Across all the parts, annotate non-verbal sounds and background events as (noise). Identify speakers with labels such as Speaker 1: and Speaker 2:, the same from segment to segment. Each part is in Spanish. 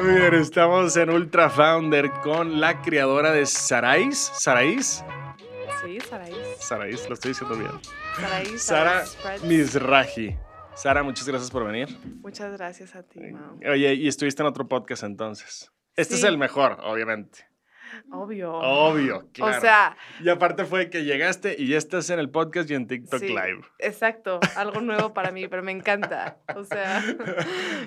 Speaker 1: Muy bien, estamos en Ultra Founder con la creadora de Sarais. ¿Sarais?
Speaker 2: Sí, Saraís.
Speaker 1: Sarais, lo estoy diciendo bien.
Speaker 2: Saraís.
Speaker 1: Sara
Speaker 2: Saraís Spreads.
Speaker 1: Mizrahi. Sara, muchas gracias por venir.
Speaker 2: Muchas gracias a ti, Mau.
Speaker 1: Oye, y estuviste en otro podcast entonces. Este
Speaker 2: Sí.
Speaker 1: es el mejor, obviamente.
Speaker 2: Obvio.
Speaker 1: Obvio, Oh, claro.
Speaker 2: O sea,
Speaker 1: y aparte fue que llegaste y ya estás en el podcast y en TikTok
Speaker 2: sí,
Speaker 1: Live.
Speaker 2: exacto, algo nuevo para mí, pero me encanta. O
Speaker 1: (laughs)
Speaker 2: sea, yo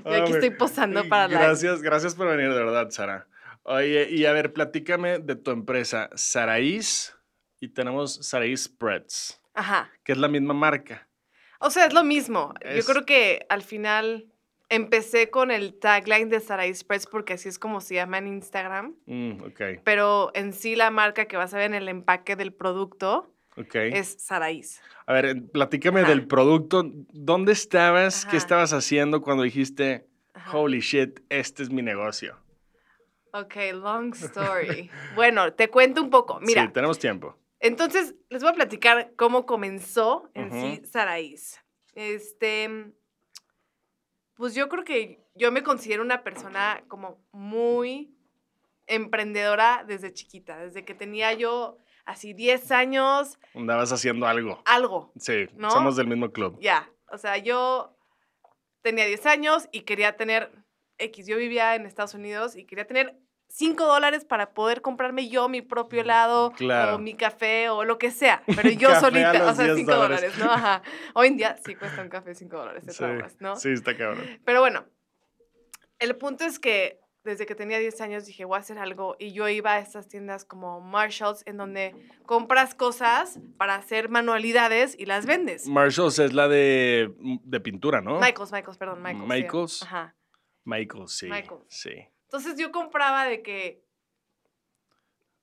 Speaker 1: Ah,
Speaker 2: aquí
Speaker 1: güey.
Speaker 2: estoy posando para la...
Speaker 1: Gracias, gracias por venir, de verdad, Sara. Oye, y a ver, platícame de tu empresa, Saraís, y tenemos Saraís Spreads,
Speaker 2: Ajá.
Speaker 1: que es la misma marca.
Speaker 2: O sea, es lo mismo.
Speaker 1: Es-
Speaker 2: Yo creo que al final empecé con el tagline de Saraí Spreads porque así es como se llama en Instagram.
Speaker 1: Mm, ok,
Speaker 2: Pero en sí la marca que vas a ver en el empaque del producto
Speaker 1: ok.
Speaker 2: es Saraís.
Speaker 1: A ver, en- platícame
Speaker 2: Ajá.
Speaker 1: del producto. ¿Dónde estabas? ¿Qué
Speaker 2: Ajá.
Speaker 1: estabas haciendo cuando dijiste,
Speaker 2: Ajá.
Speaker 1: holy shit, este es mi negocio?
Speaker 2: Ok, long story. bueno, te cuento un poco. Mira,
Speaker 1: Sí, tenemos tiempo.
Speaker 2: Entonces, les voy a platicar cómo comenzó en sí
Speaker 1: Ujú.
Speaker 2: Saraís. Este, pues yo creo que yo me considero una persona como muy emprendedora desde chiquita, desde que tenía yo así 10 años,
Speaker 1: Andabas haciendo algo.
Speaker 2: algo,
Speaker 1: Sí,
Speaker 2: ¿No?
Speaker 1: somos del mismo club.
Speaker 2: ya. O sea, yo tenía 10 años y quería tener X. Yo vivía en Estados Unidos y quería tener 5 dólares para poder comprarme yo mi propio helado
Speaker 1: Mm, Claro.
Speaker 2: o mi café o lo
Speaker 1: (laughs)
Speaker 2: que sea. Pero yo
Speaker 1: Café a
Speaker 2: solita, o
Speaker 1: los
Speaker 2: sea,
Speaker 1: 10
Speaker 2: 5
Speaker 1: dólares.
Speaker 2: dólares,
Speaker 1: (laughs)
Speaker 2: ¿no? Ajá. Hoy en día sí cuesta un café 5 dólares, de
Speaker 1: Sí,
Speaker 2: todas formas, ¿no?
Speaker 1: sí, está cabrón.
Speaker 2: (laughs) Pero bueno, el punto es que desde que tenía 10 años dije, voy a hacer algo. Y yo iba a estas tiendas como Marshalls, en donde compras cosas para hacer manualidades y las vendes.
Speaker 1: Marshalls es la de, mm, de pintura, ¿no?
Speaker 2: Michaels, Michaels, perdón, Michaels. sí.
Speaker 1: Michaels.
Speaker 2: Ajá.
Speaker 1: Michael, sí.
Speaker 2: Michael.
Speaker 1: Sí.
Speaker 2: Entonces yo compraba de que.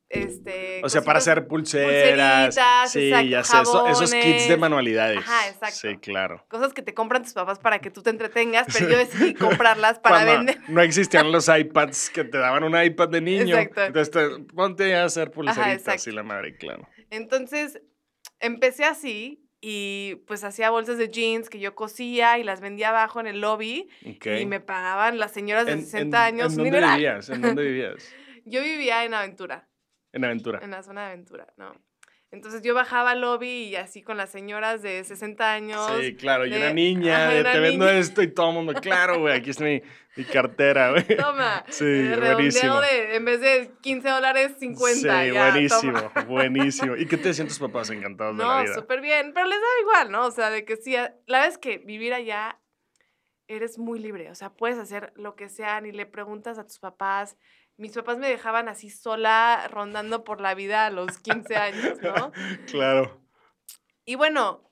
Speaker 2: Este.
Speaker 1: O sea, para
Speaker 2: cositas-
Speaker 1: hacer pulseras.
Speaker 2: pulseritas,
Speaker 1: sí,
Speaker 2: exacto,
Speaker 1: ya sé. eso- esos kits de
Speaker 2: jabones.
Speaker 1: manualidades.
Speaker 2: Ajá, exacto.
Speaker 1: Sí, claro.
Speaker 2: Cosas que te compran tus papás para que tú te entretengas, pero
Speaker 1: (laughs)
Speaker 2: yo decidí comprarlas para
Speaker 1: Cuando
Speaker 2: vender.
Speaker 1: No existían los iPads que te daban un iPad de niño.
Speaker 2: Exacto.
Speaker 1: Entonces te- ponte a hacer pulseritas
Speaker 2: exacto.
Speaker 1: y la madre, claro.
Speaker 2: Entonces empecé así y pues hacía bolsas de jeans que yo cosía y las vendía abajo en el lobby
Speaker 1: Ok.
Speaker 2: y me pagaban las señoras de
Speaker 1: En-
Speaker 2: 60
Speaker 1: en-
Speaker 2: años.
Speaker 1: ¿En
Speaker 2: un
Speaker 1: dónde
Speaker 2: dineral.
Speaker 1: vivías? ¿En
Speaker 2: (laughs)
Speaker 1: dónde vivías?
Speaker 2: Yo vivía en Aventura.
Speaker 1: En Aventura.
Speaker 2: En la zona de aventura, ¿no? Entonces yo bajaba al lobby y así con las señoras de 60 años.
Speaker 1: Sí, claro. Y
Speaker 2: de-
Speaker 1: una niña,
Speaker 2: ajá,
Speaker 1: de,
Speaker 2: una
Speaker 1: te vendo
Speaker 2: niña.
Speaker 1: esto y todo el mundo, claro, güey, aquí está mi, mi cartera, güey.
Speaker 2: Toma.
Speaker 1: (laughs) Sí,
Speaker 2: eh, redondeo
Speaker 1: buenísimo.
Speaker 2: de, en vez de 15 dólares, 50.
Speaker 1: sí,
Speaker 2: ya, toma.
Speaker 1: buenísimo, buenísimo. ¿Y qué te decían tus papás encantados de la
Speaker 2: No,
Speaker 1: vida?
Speaker 2: súper bien. Pero les da igual, ¿no? O sea, de que sí, a- la verdad es que vivir allá eres muy libre. O sea, puedes hacer lo que sea, ni le preguntas a tus papás. Mis papás me dejaban así sola rondando por la vida a los 15 años,
Speaker 1: (laughs)
Speaker 2: ¿no?
Speaker 1: Claro.
Speaker 2: Y bueno,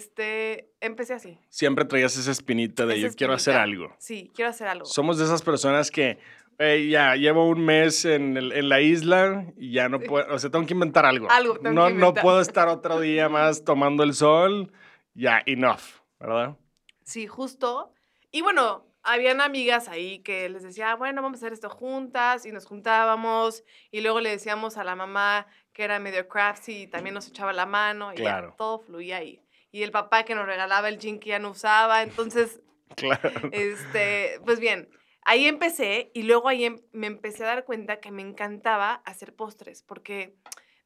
Speaker 2: este, empecé así.
Speaker 1: Siempre traías esa espinita de
Speaker 2: Esa
Speaker 1: yo quiero hacer
Speaker 2: espinita.
Speaker 1: algo.
Speaker 2: Sí, quiero hacer algo.
Speaker 1: Somos de esas personas que "Ey, ya llevo un mes en, el- en la isla y ya no
Speaker 2: Sí.
Speaker 1: puedo, o sea, tengo que inventar algo.
Speaker 2: Algo tengo
Speaker 1: no,
Speaker 2: que
Speaker 1: no
Speaker 2: inventar.
Speaker 1: puedo estar otro
Speaker 2: (laughs)
Speaker 1: día más tomando el sol. Ya, enough, ¿verdad? (laughs)
Speaker 2: Sí, justo. Y bueno, habían amigas ahí que les decía, bueno, vamos a hacer esto juntas, y nos juntábamos, y luego le decíamos a la mamá que era medio crafty y también nos echaba la mano, y ya,
Speaker 1: Claro.
Speaker 2: todo fluía ahí. Y el papá que nos regalaba el jean que ya no usaba, entonces,
Speaker 1: Claro.
Speaker 2: este, pues bien, ahí empecé, y luego ahí em- me empecé a dar cuenta que me encantaba hacer postres, porque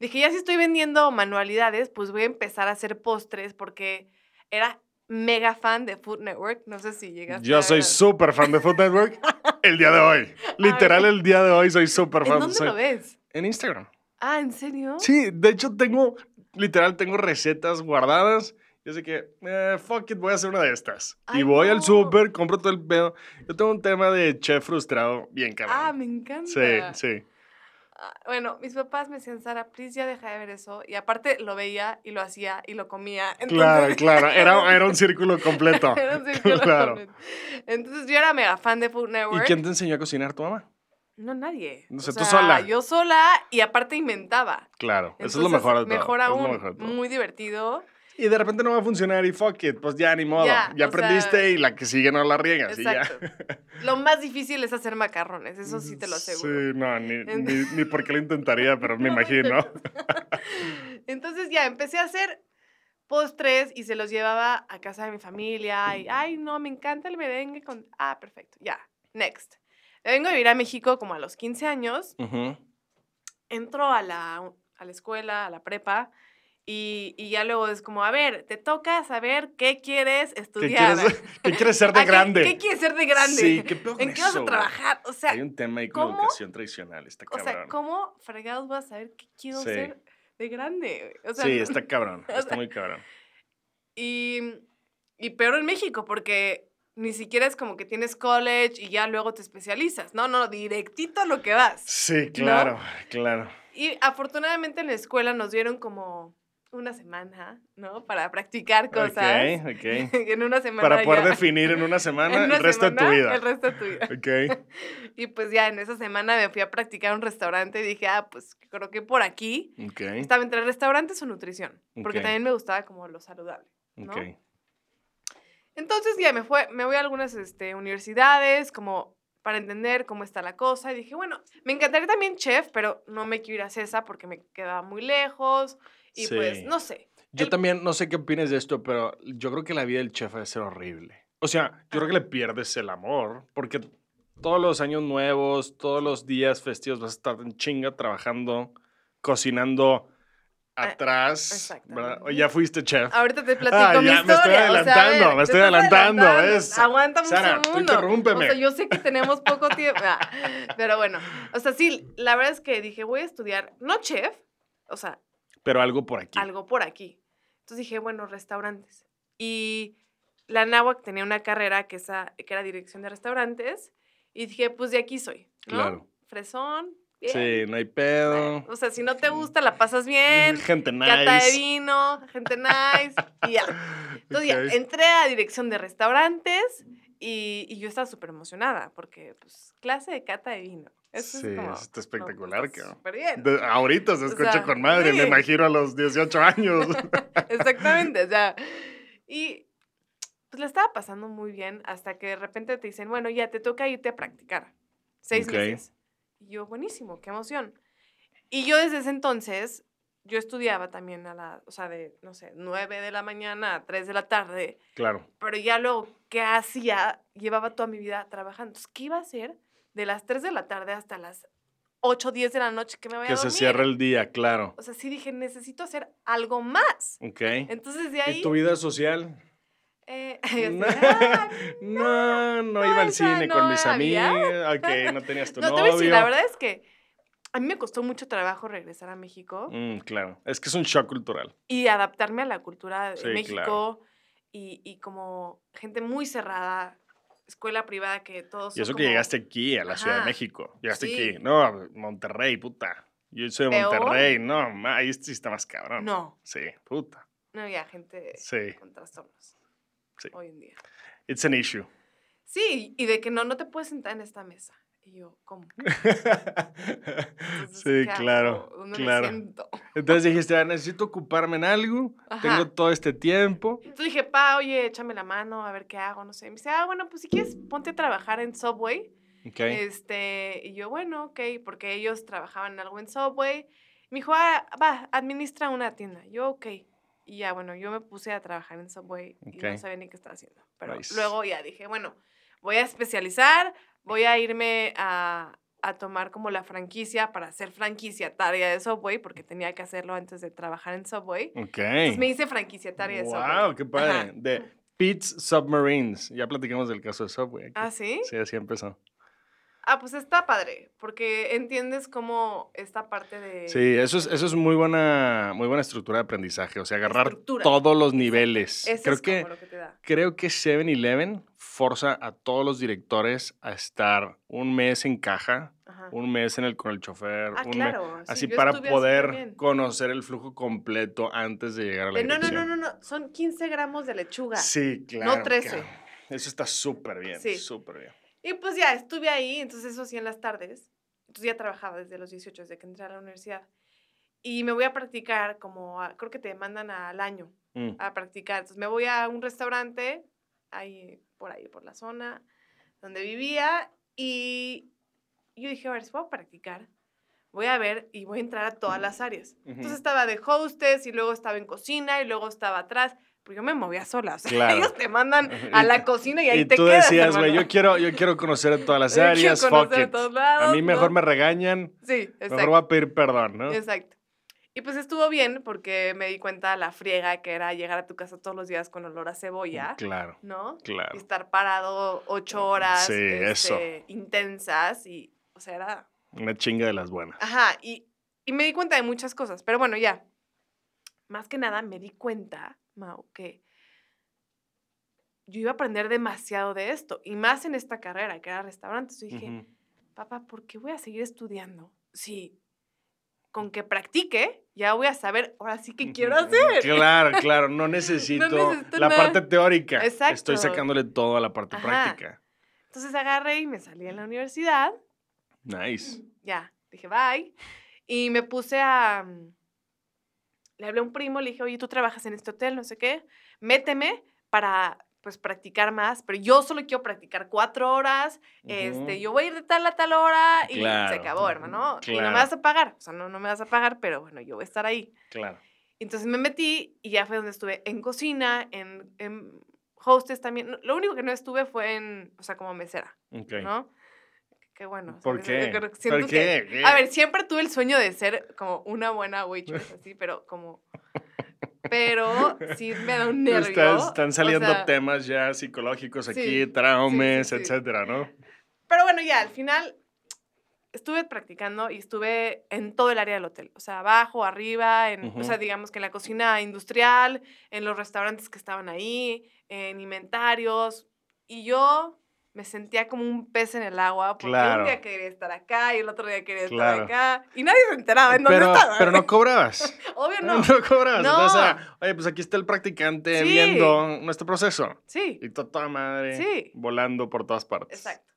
Speaker 2: dije, ya si estoy vendiendo manualidades, pues voy a empezar a hacer postres, porque era mega fan de Food Network. No sé si llegaste a
Speaker 1: Yo soy
Speaker 2: ver.
Speaker 1: súper fan de Food Network el día de
Speaker 2: (laughs)
Speaker 1: hoy. Literal, el día de hoy soy súper
Speaker 2: ¿En
Speaker 1: fan.
Speaker 2: dónde
Speaker 1: Soy-
Speaker 2: lo ves?
Speaker 1: En Instagram.
Speaker 2: Ah, ¿en serio?
Speaker 1: Sí, de hecho tengo, literal, tengo recetas guardadas. Yo sé que, eh, fuck it, voy a hacer una de estas. y
Speaker 2: Ay,
Speaker 1: voy
Speaker 2: no.
Speaker 1: al súper, compro todo el pedo. Yo tengo un tema de chef frustrado bien
Speaker 2: Ah,
Speaker 1: cabrón.
Speaker 2: me encanta.
Speaker 1: sí, sí.
Speaker 2: Ah, Bueno, mis papás me decían, Sara, please ya deja de ver eso. Y aparte lo veía y lo hacía y lo comía. Entonces, (laughs)
Speaker 1: Claro, claro. Era, era un círculo completo.
Speaker 2: era (laughs) un círculo
Speaker 1: (laughs) Claro.
Speaker 2: completo. Entonces yo era mega fan de Food
Speaker 1: ¿Y
Speaker 2: Network.
Speaker 1: quién te enseñó a cocinar? ¿Tu mamá?
Speaker 2: No, nadie.
Speaker 1: No
Speaker 2: O
Speaker 1: sé, tú
Speaker 2: sea,
Speaker 1: sola.
Speaker 2: Yo sola y aparte inventaba.
Speaker 1: Claro, eso es lo
Speaker 2: Entonces,
Speaker 1: mejor de todo.
Speaker 2: Mejor
Speaker 1: es lo
Speaker 2: aún,
Speaker 1: mejor de todo.
Speaker 2: muy divertido.
Speaker 1: Y de repente no va a funcionar y fuck it, pues ya ni modo. Ya,
Speaker 2: Ya, o
Speaker 1: aprendiste
Speaker 2: sea,
Speaker 1: y la que sigue no la riegas
Speaker 2: Exacto.
Speaker 1: y ya. (laughs)
Speaker 2: Lo más difícil es hacer macarrones, eso sí te lo aseguro.
Speaker 1: Sí, no,
Speaker 2: (laughs)
Speaker 1: ni,
Speaker 2: En-
Speaker 1: ni, ni por qué lo intentaría, pero me
Speaker 2: No lo
Speaker 1: imagino.
Speaker 2: Entonces ya empecé a hacer postres y se los llevaba a casa de mi familia. Y, ay, no, me encanta el merengue con... Ah, perfecto, ya, next. Me vengo a vivir a México como a los 15 años.
Speaker 1: Ujú.
Speaker 2: Entro a la, a la escuela, a la prepa. Y, y ya luego es como, a ver, te toca saber qué quieres
Speaker 1: ¿Qué,
Speaker 2: estudiar.
Speaker 1: quieres, ¿Qué quieres (laughs) ser de
Speaker 2: Ah, ¿qué-
Speaker 1: grande?
Speaker 2: ¿Qué, quieres ser de grande?
Speaker 1: Sí, qué peor
Speaker 2: (laughs) ¿En
Speaker 1: con
Speaker 2: qué vas
Speaker 1: eso,
Speaker 2: a
Speaker 1: güey?
Speaker 2: trabajar? O sea,
Speaker 1: Hay un tema ahí con
Speaker 2: ¿cómo?
Speaker 1: educación tradicional, está
Speaker 2: o
Speaker 1: cabrón.
Speaker 2: sea ¿cómo fregados vas a saber qué quiero
Speaker 1: Sí.
Speaker 2: ser de grande? güey? O sea,
Speaker 1: sí,
Speaker 2: no-
Speaker 1: está cabrón,
Speaker 2: sea-
Speaker 1: está muy cabrón.
Speaker 2: (laughs) Y, y peor en México, porque ni siquiera es como que tienes college y ya luego te especializas. No, no, directito a lo que vas.
Speaker 1: Sí, claro, claro.
Speaker 2: Y afortunadamente en la escuela nos dieron como una semana, ¿no? Para practicar cosas.
Speaker 1: Ok, ok.
Speaker 2: (laughs) en una semana
Speaker 1: Para poder
Speaker 2: ya-
Speaker 1: definir en una
Speaker 2: (laughs) en
Speaker 1: semana
Speaker 2: una
Speaker 1: el resto de tu
Speaker 2: semana,
Speaker 1: vida.
Speaker 2: El resto de tu vida. (laughs)
Speaker 1: Ok.
Speaker 2: Y pues ya en esa semana me fui a practicar a un restaurante y dije, ah, pues creo que por aquí
Speaker 1: Ok.
Speaker 2: estaba entre restaurantes o nutrición, porque
Speaker 1: Ok.
Speaker 2: también me gustaba como lo saludable. ¿no?
Speaker 1: Ok.
Speaker 2: Entonces ya me, fue, me voy a algunas este, universidades como para entender cómo está la cosa y dije, bueno, me encantaría también chef, pero no me quiero ir a CESA porque me quedaba muy lejos y pues
Speaker 1: Sí.
Speaker 2: no sé.
Speaker 1: Yo
Speaker 2: El-
Speaker 1: también no sé qué opinas de esto, pero yo creo que la vida del chef debe ser horrible. O sea, yo creo que le pierdes el amor, porque todos los años nuevos, todos los días festivos vas a estar en chinga trabajando, cocinando
Speaker 2: Ah,
Speaker 1: atrás. ¿verdad? O ya
Speaker 2: exactamente.
Speaker 1: fuiste chef.
Speaker 2: Ahorita te platico
Speaker 1: Ah,
Speaker 2: mi
Speaker 1: ya, me
Speaker 2: historia.
Speaker 1: estoy
Speaker 2: o sea, a
Speaker 1: adelantando, me
Speaker 2: te
Speaker 1: estoy
Speaker 2: estás
Speaker 1: adelantando, ¿ves?
Speaker 2: Aguántame
Speaker 1: Sara,
Speaker 2: un
Speaker 1: tú
Speaker 2: segundo.
Speaker 1: interrúmpeme.
Speaker 2: O sea, yo sé que tenemos poco tiempo. Ah, pero bueno, o sea, sí, la verdad es que dije, voy a estudiar, no chef, o sea,
Speaker 1: Pero algo por aquí.
Speaker 2: algo por aquí. Entonces dije, bueno, restaurantes. Y la náhuac tenía una carrera que, esa, que era dirección de restaurantes. Y dije, pues de aquí soy. ¿no?
Speaker 1: Claro.
Speaker 2: Fresón. bien.
Speaker 1: Sí, no hay pedo.
Speaker 2: O sea, si no te gusta, la pasas
Speaker 1: (laughs)
Speaker 2: bien.
Speaker 1: Gente
Speaker 2: Cata de
Speaker 1: nice.
Speaker 2: vino, gente nice. y ya.
Speaker 1: (laughs)
Speaker 2: Entonces ya,
Speaker 1: Ok.
Speaker 2: entré a dirección de restaurantes y, y yo estaba súper emocionada porque, pues, clase de cata de vino. Eso
Speaker 1: Sí,
Speaker 2: es como,
Speaker 1: eso está espectacular,
Speaker 2: no, está
Speaker 1: cabrón.
Speaker 2: Súper bien.
Speaker 1: De- ahorita se
Speaker 2: O
Speaker 1: escucha
Speaker 2: sea,
Speaker 1: con madre, me
Speaker 2: sí.
Speaker 1: imagino a los 18
Speaker 2: (laughs)
Speaker 1: años.
Speaker 2: Exactamente, o sea. Y pues la estaba pasando muy bien hasta que de repente te dicen, bueno, ya te toca irte a practicar. Seis
Speaker 1: Ok.
Speaker 2: meses. Y yo, buenísimo, qué emoción. Y yo desde ese entonces, yo estudiaba también a la, o sea, de, no sé, nueve de la mañana a tres de la tarde.
Speaker 1: claro.
Speaker 2: Pero ya luego, ¿qué hacía? Llevaba toda mi vida trabajando. Entonces, ¿qué iba a hacer de las 3 de la tarde hasta las 8, 10 de la noche que me vaya
Speaker 1: Que
Speaker 2: a
Speaker 1: se
Speaker 2: dormir?
Speaker 1: cierre el día, claro.
Speaker 2: O sea, sí dije, necesito hacer algo más.
Speaker 1: Ok.
Speaker 2: Entonces, de ahí...
Speaker 1: ¿Y tu vida
Speaker 2: (laughs)
Speaker 1: social?
Speaker 2: Eh, (laughs) yo
Speaker 1: No, (laughs)
Speaker 2: así, "Ah,
Speaker 1: no, no iba al
Speaker 2: esa
Speaker 1: cine
Speaker 2: no
Speaker 1: con mis
Speaker 2: había. (laughs)
Speaker 1: amigos. Ok, no tenías tu
Speaker 2: no, te voy a
Speaker 1: novio.
Speaker 2: decir, la verdad es que a mí me costó mucho trabajo regresar a México
Speaker 1: Mm, claro, es que es un shock cultural.
Speaker 2: y adaptarme a la cultura de
Speaker 1: Sí,
Speaker 2: México
Speaker 1: claro.
Speaker 2: y, y como gente muy cerrada, escuela privada que todos...
Speaker 1: Y eso
Speaker 2: son
Speaker 1: que
Speaker 2: como
Speaker 1: llegaste aquí, a la Ciudad de
Speaker 2: Ajá,
Speaker 1: México. Llegaste
Speaker 2: sí.
Speaker 1: aquí. No, Monterrey, puta. Yo soy de
Speaker 2: Peor.
Speaker 1: Monterrey. No, ma, ahí sí está más cabrón.
Speaker 2: No,
Speaker 1: Sí, puta.
Speaker 2: no había gente
Speaker 1: Sí,
Speaker 2: con trastornos
Speaker 1: Sí.
Speaker 2: hoy en día.
Speaker 1: it's an issue.
Speaker 2: Sí, y de que no, no te puedes sentar en esta mesa. Y yo,
Speaker 1: (laughs)
Speaker 2: ¿cómo? Entonces,
Speaker 1: sí,
Speaker 2: ¿qué hago?
Speaker 1: claro,
Speaker 2: ¿Dónde me
Speaker 1: claro.
Speaker 2: siento?
Speaker 1: Entonces dijiste, "Ah, necesito ocuparme en algo,
Speaker 2: Ajá.
Speaker 1: tengo todo este tiempo.
Speaker 2: Entonces dije, pa, oye, échame la mano, a ver qué hago, no sé. Y me dice, ah, bueno, pues si quieres, ponte a trabajar en Subway.
Speaker 1: Ok,
Speaker 2: Este, y yo, bueno, ok, porque ellos trabajaban algo en Subway. Me dijo, ah, va, administra una tienda. Yo, ok. Y ya, bueno, yo me puse a trabajar en Subway y no
Speaker 1: Ok.
Speaker 2: sabía ni qué estaba haciendo. Pero
Speaker 1: Nice.
Speaker 2: luego ya dije, bueno, voy a especializar, voy a irme a, a tomar como la franquicia para hacer franquiciataria de Subway, porque tenía que hacerlo antes de trabajar en Subway.
Speaker 1: Mm. ok.
Speaker 2: Entonces me hice franquiciataria de Subway.
Speaker 1: wow, qué padre.
Speaker 2: Ajá.
Speaker 1: De Pete's Submarines. Ya platicamos del caso de Subway. aquí.
Speaker 2: ¿Ah, sí?
Speaker 1: Sí, así empezó.
Speaker 2: Ah, pues está padre, porque entiendes cómo esta parte de...
Speaker 1: Sí, eso es, eso es muy buena, muy buena estructura de aprendizaje. O sea, agarrar
Speaker 2: Estructura.
Speaker 1: todos los niveles.
Speaker 2: Eso
Speaker 1: Creo
Speaker 2: es
Speaker 1: que
Speaker 2: como lo que te da.
Speaker 1: Creo que 7-Eleven forza a todos los directores a estar un mes en caja,
Speaker 2: Ajá.
Speaker 1: un mes en el, con el chofer,
Speaker 2: Ah,
Speaker 1: un mes-
Speaker 2: claro. sí,
Speaker 1: así
Speaker 2: yo
Speaker 1: para
Speaker 2: estuve
Speaker 1: poder
Speaker 2: también.
Speaker 1: conocer el flujo completo antes de llegar a la
Speaker 2: De, no, no, no,
Speaker 1: dirección.
Speaker 2: no, no, son 15 gramos de lechuga.
Speaker 1: Sí, claro.
Speaker 2: 13.
Speaker 1: cabrón. Eso está súper bien,
Speaker 2: Sí.
Speaker 1: súper bien.
Speaker 2: Y pues ya, estuve ahí, entonces eso sí en las tardes. Entonces ya trabajaba desde los 18, desde que entré a la universidad. Y me voy a practicar como, a- creo que te mandan al año
Speaker 1: Mm,
Speaker 2: a practicar. Entonces me voy a un restaurante, ahí, por ahí, por la zona donde vivía, y yo dije, a ver, si voy a practicar, voy a ver y voy a entrar a todas las áreas.
Speaker 1: ujú.
Speaker 2: Entonces estaba de hostess y luego estaba en cocina y luego estaba atrás. Porque yo me movía sola. O sea, (laughs)
Speaker 1: Claro.
Speaker 2: ellos te mandan a
Speaker 1: Y-
Speaker 2: la cocina y ahí
Speaker 1: Y
Speaker 2: te
Speaker 1: tú
Speaker 2: quedas.
Speaker 1: decías,
Speaker 2: hermano.
Speaker 1: güey,
Speaker 2: (laughs)
Speaker 1: yo quiero, yo quiero conocer todas las
Speaker 2: Yo quiero
Speaker 1: áreas, fuck
Speaker 2: conocer
Speaker 1: it.
Speaker 2: todos lados,
Speaker 1: a mí mejor
Speaker 2: ¿no?
Speaker 1: me regañan,
Speaker 2: Sí, exacto.
Speaker 1: mejor voy a pedir perdón, ¿no?
Speaker 2: Exacto. Y pues estuvo bien porque me di cuenta la friega que era llegar a tu casa todos los días con olor a cebolla,
Speaker 1: Claro,
Speaker 2: ¿no? Y
Speaker 1: claro.
Speaker 2: estar parado ocho horas
Speaker 1: Sí, eso.
Speaker 2: este, intensas y, o sea, era...
Speaker 1: Una chinga de las buenas.
Speaker 2: Ajá, y, y me di cuenta de muchas cosas, pero bueno, ya. Más que nada me di cuenta, Mau, que yo iba a aprender demasiado de esto, y más en esta carrera, que era restaurantes. Yo dije,
Speaker 1: Ujú.
Speaker 2: papá, ¿por qué voy a seguir estudiando? Si con que practique, ya voy a saber ahora sí que quiero
Speaker 1: Ujú.
Speaker 2: hacer. (laughs)
Speaker 1: Claro, claro, no necesito,
Speaker 2: necesito
Speaker 1: la
Speaker 2: nada.
Speaker 1: parte teórica.
Speaker 2: Exacto.
Speaker 1: Estoy sacándole todo a la parte
Speaker 2: Ajá.
Speaker 1: práctica.
Speaker 2: Entonces agarré y me salí en la universidad,
Speaker 1: Nice.
Speaker 2: ya, dije bye, y me puse a... mm, Le hablé a un primo, le dije, oye, tú trabajas en este hotel, no sé qué, méteme para pues practicar más, pero yo solo quiero practicar cuatro horas, este,
Speaker 1: Ujú.
Speaker 2: yo voy a ir de tal a tal hora y se
Speaker 1: Claro.
Speaker 2: acabó, hermano. Y no
Speaker 1: Claro.
Speaker 2: me vas a pagar, o sea, no, no me vas a pagar, pero bueno, yo voy a estar ahí.
Speaker 1: Claro.
Speaker 2: Entonces me metí y ya fue donde estuve en cocina, en, en hostess también. No, Lo único que no estuve fue en, o sea, como mesera,
Speaker 1: Ok.
Speaker 2: ¿no? Qué bueno. o sea,
Speaker 1: ¿Por
Speaker 2: yo
Speaker 1: qué?
Speaker 2: creo que siento
Speaker 1: ¿Por
Speaker 2: que-
Speaker 1: qué?
Speaker 2: A ver, siempre tuve el sueño de ser como una buena waitress,
Speaker 1: (laughs)
Speaker 2: así, pero como... Pero sí me da un nervio.
Speaker 1: Estás- están
Speaker 2: o
Speaker 1: saliendo
Speaker 2: sea,
Speaker 1: temas ya psicológicos aquí,
Speaker 2: Sí,
Speaker 1: traumas,
Speaker 2: sí, sí, sí.
Speaker 1: etcétera, ¿no?
Speaker 2: Pero bueno, ya, al final estuve practicando y estuve en todo el área del hotel. O sea, abajo, arriba, en, o sea,
Speaker 1: Ujú.
Speaker 2: digamos que en la cocina industrial, en los restaurantes que estaban ahí, en inventarios. Y yo me sentía como un pez en el agua porque
Speaker 1: Claro.
Speaker 2: un día quería estar acá y el otro día quería
Speaker 1: Claro.
Speaker 2: estar acá. Y nadie se enteraba en dónde
Speaker 1: Pero,
Speaker 2: estaba.
Speaker 1: pero no cobrabas.
Speaker 2: (laughs)
Speaker 1: (laughs)
Speaker 2: Obvio
Speaker 1: No,
Speaker 2: no.
Speaker 1: cobrabas.
Speaker 2: No.
Speaker 1: O sea, oye, pues aquí está el practicante
Speaker 2: Sí.
Speaker 1: viendo nuestro proceso.
Speaker 2: Sí.
Speaker 1: Y to- toda madre
Speaker 2: Sí.
Speaker 1: volando por todas partes.
Speaker 2: Exacto.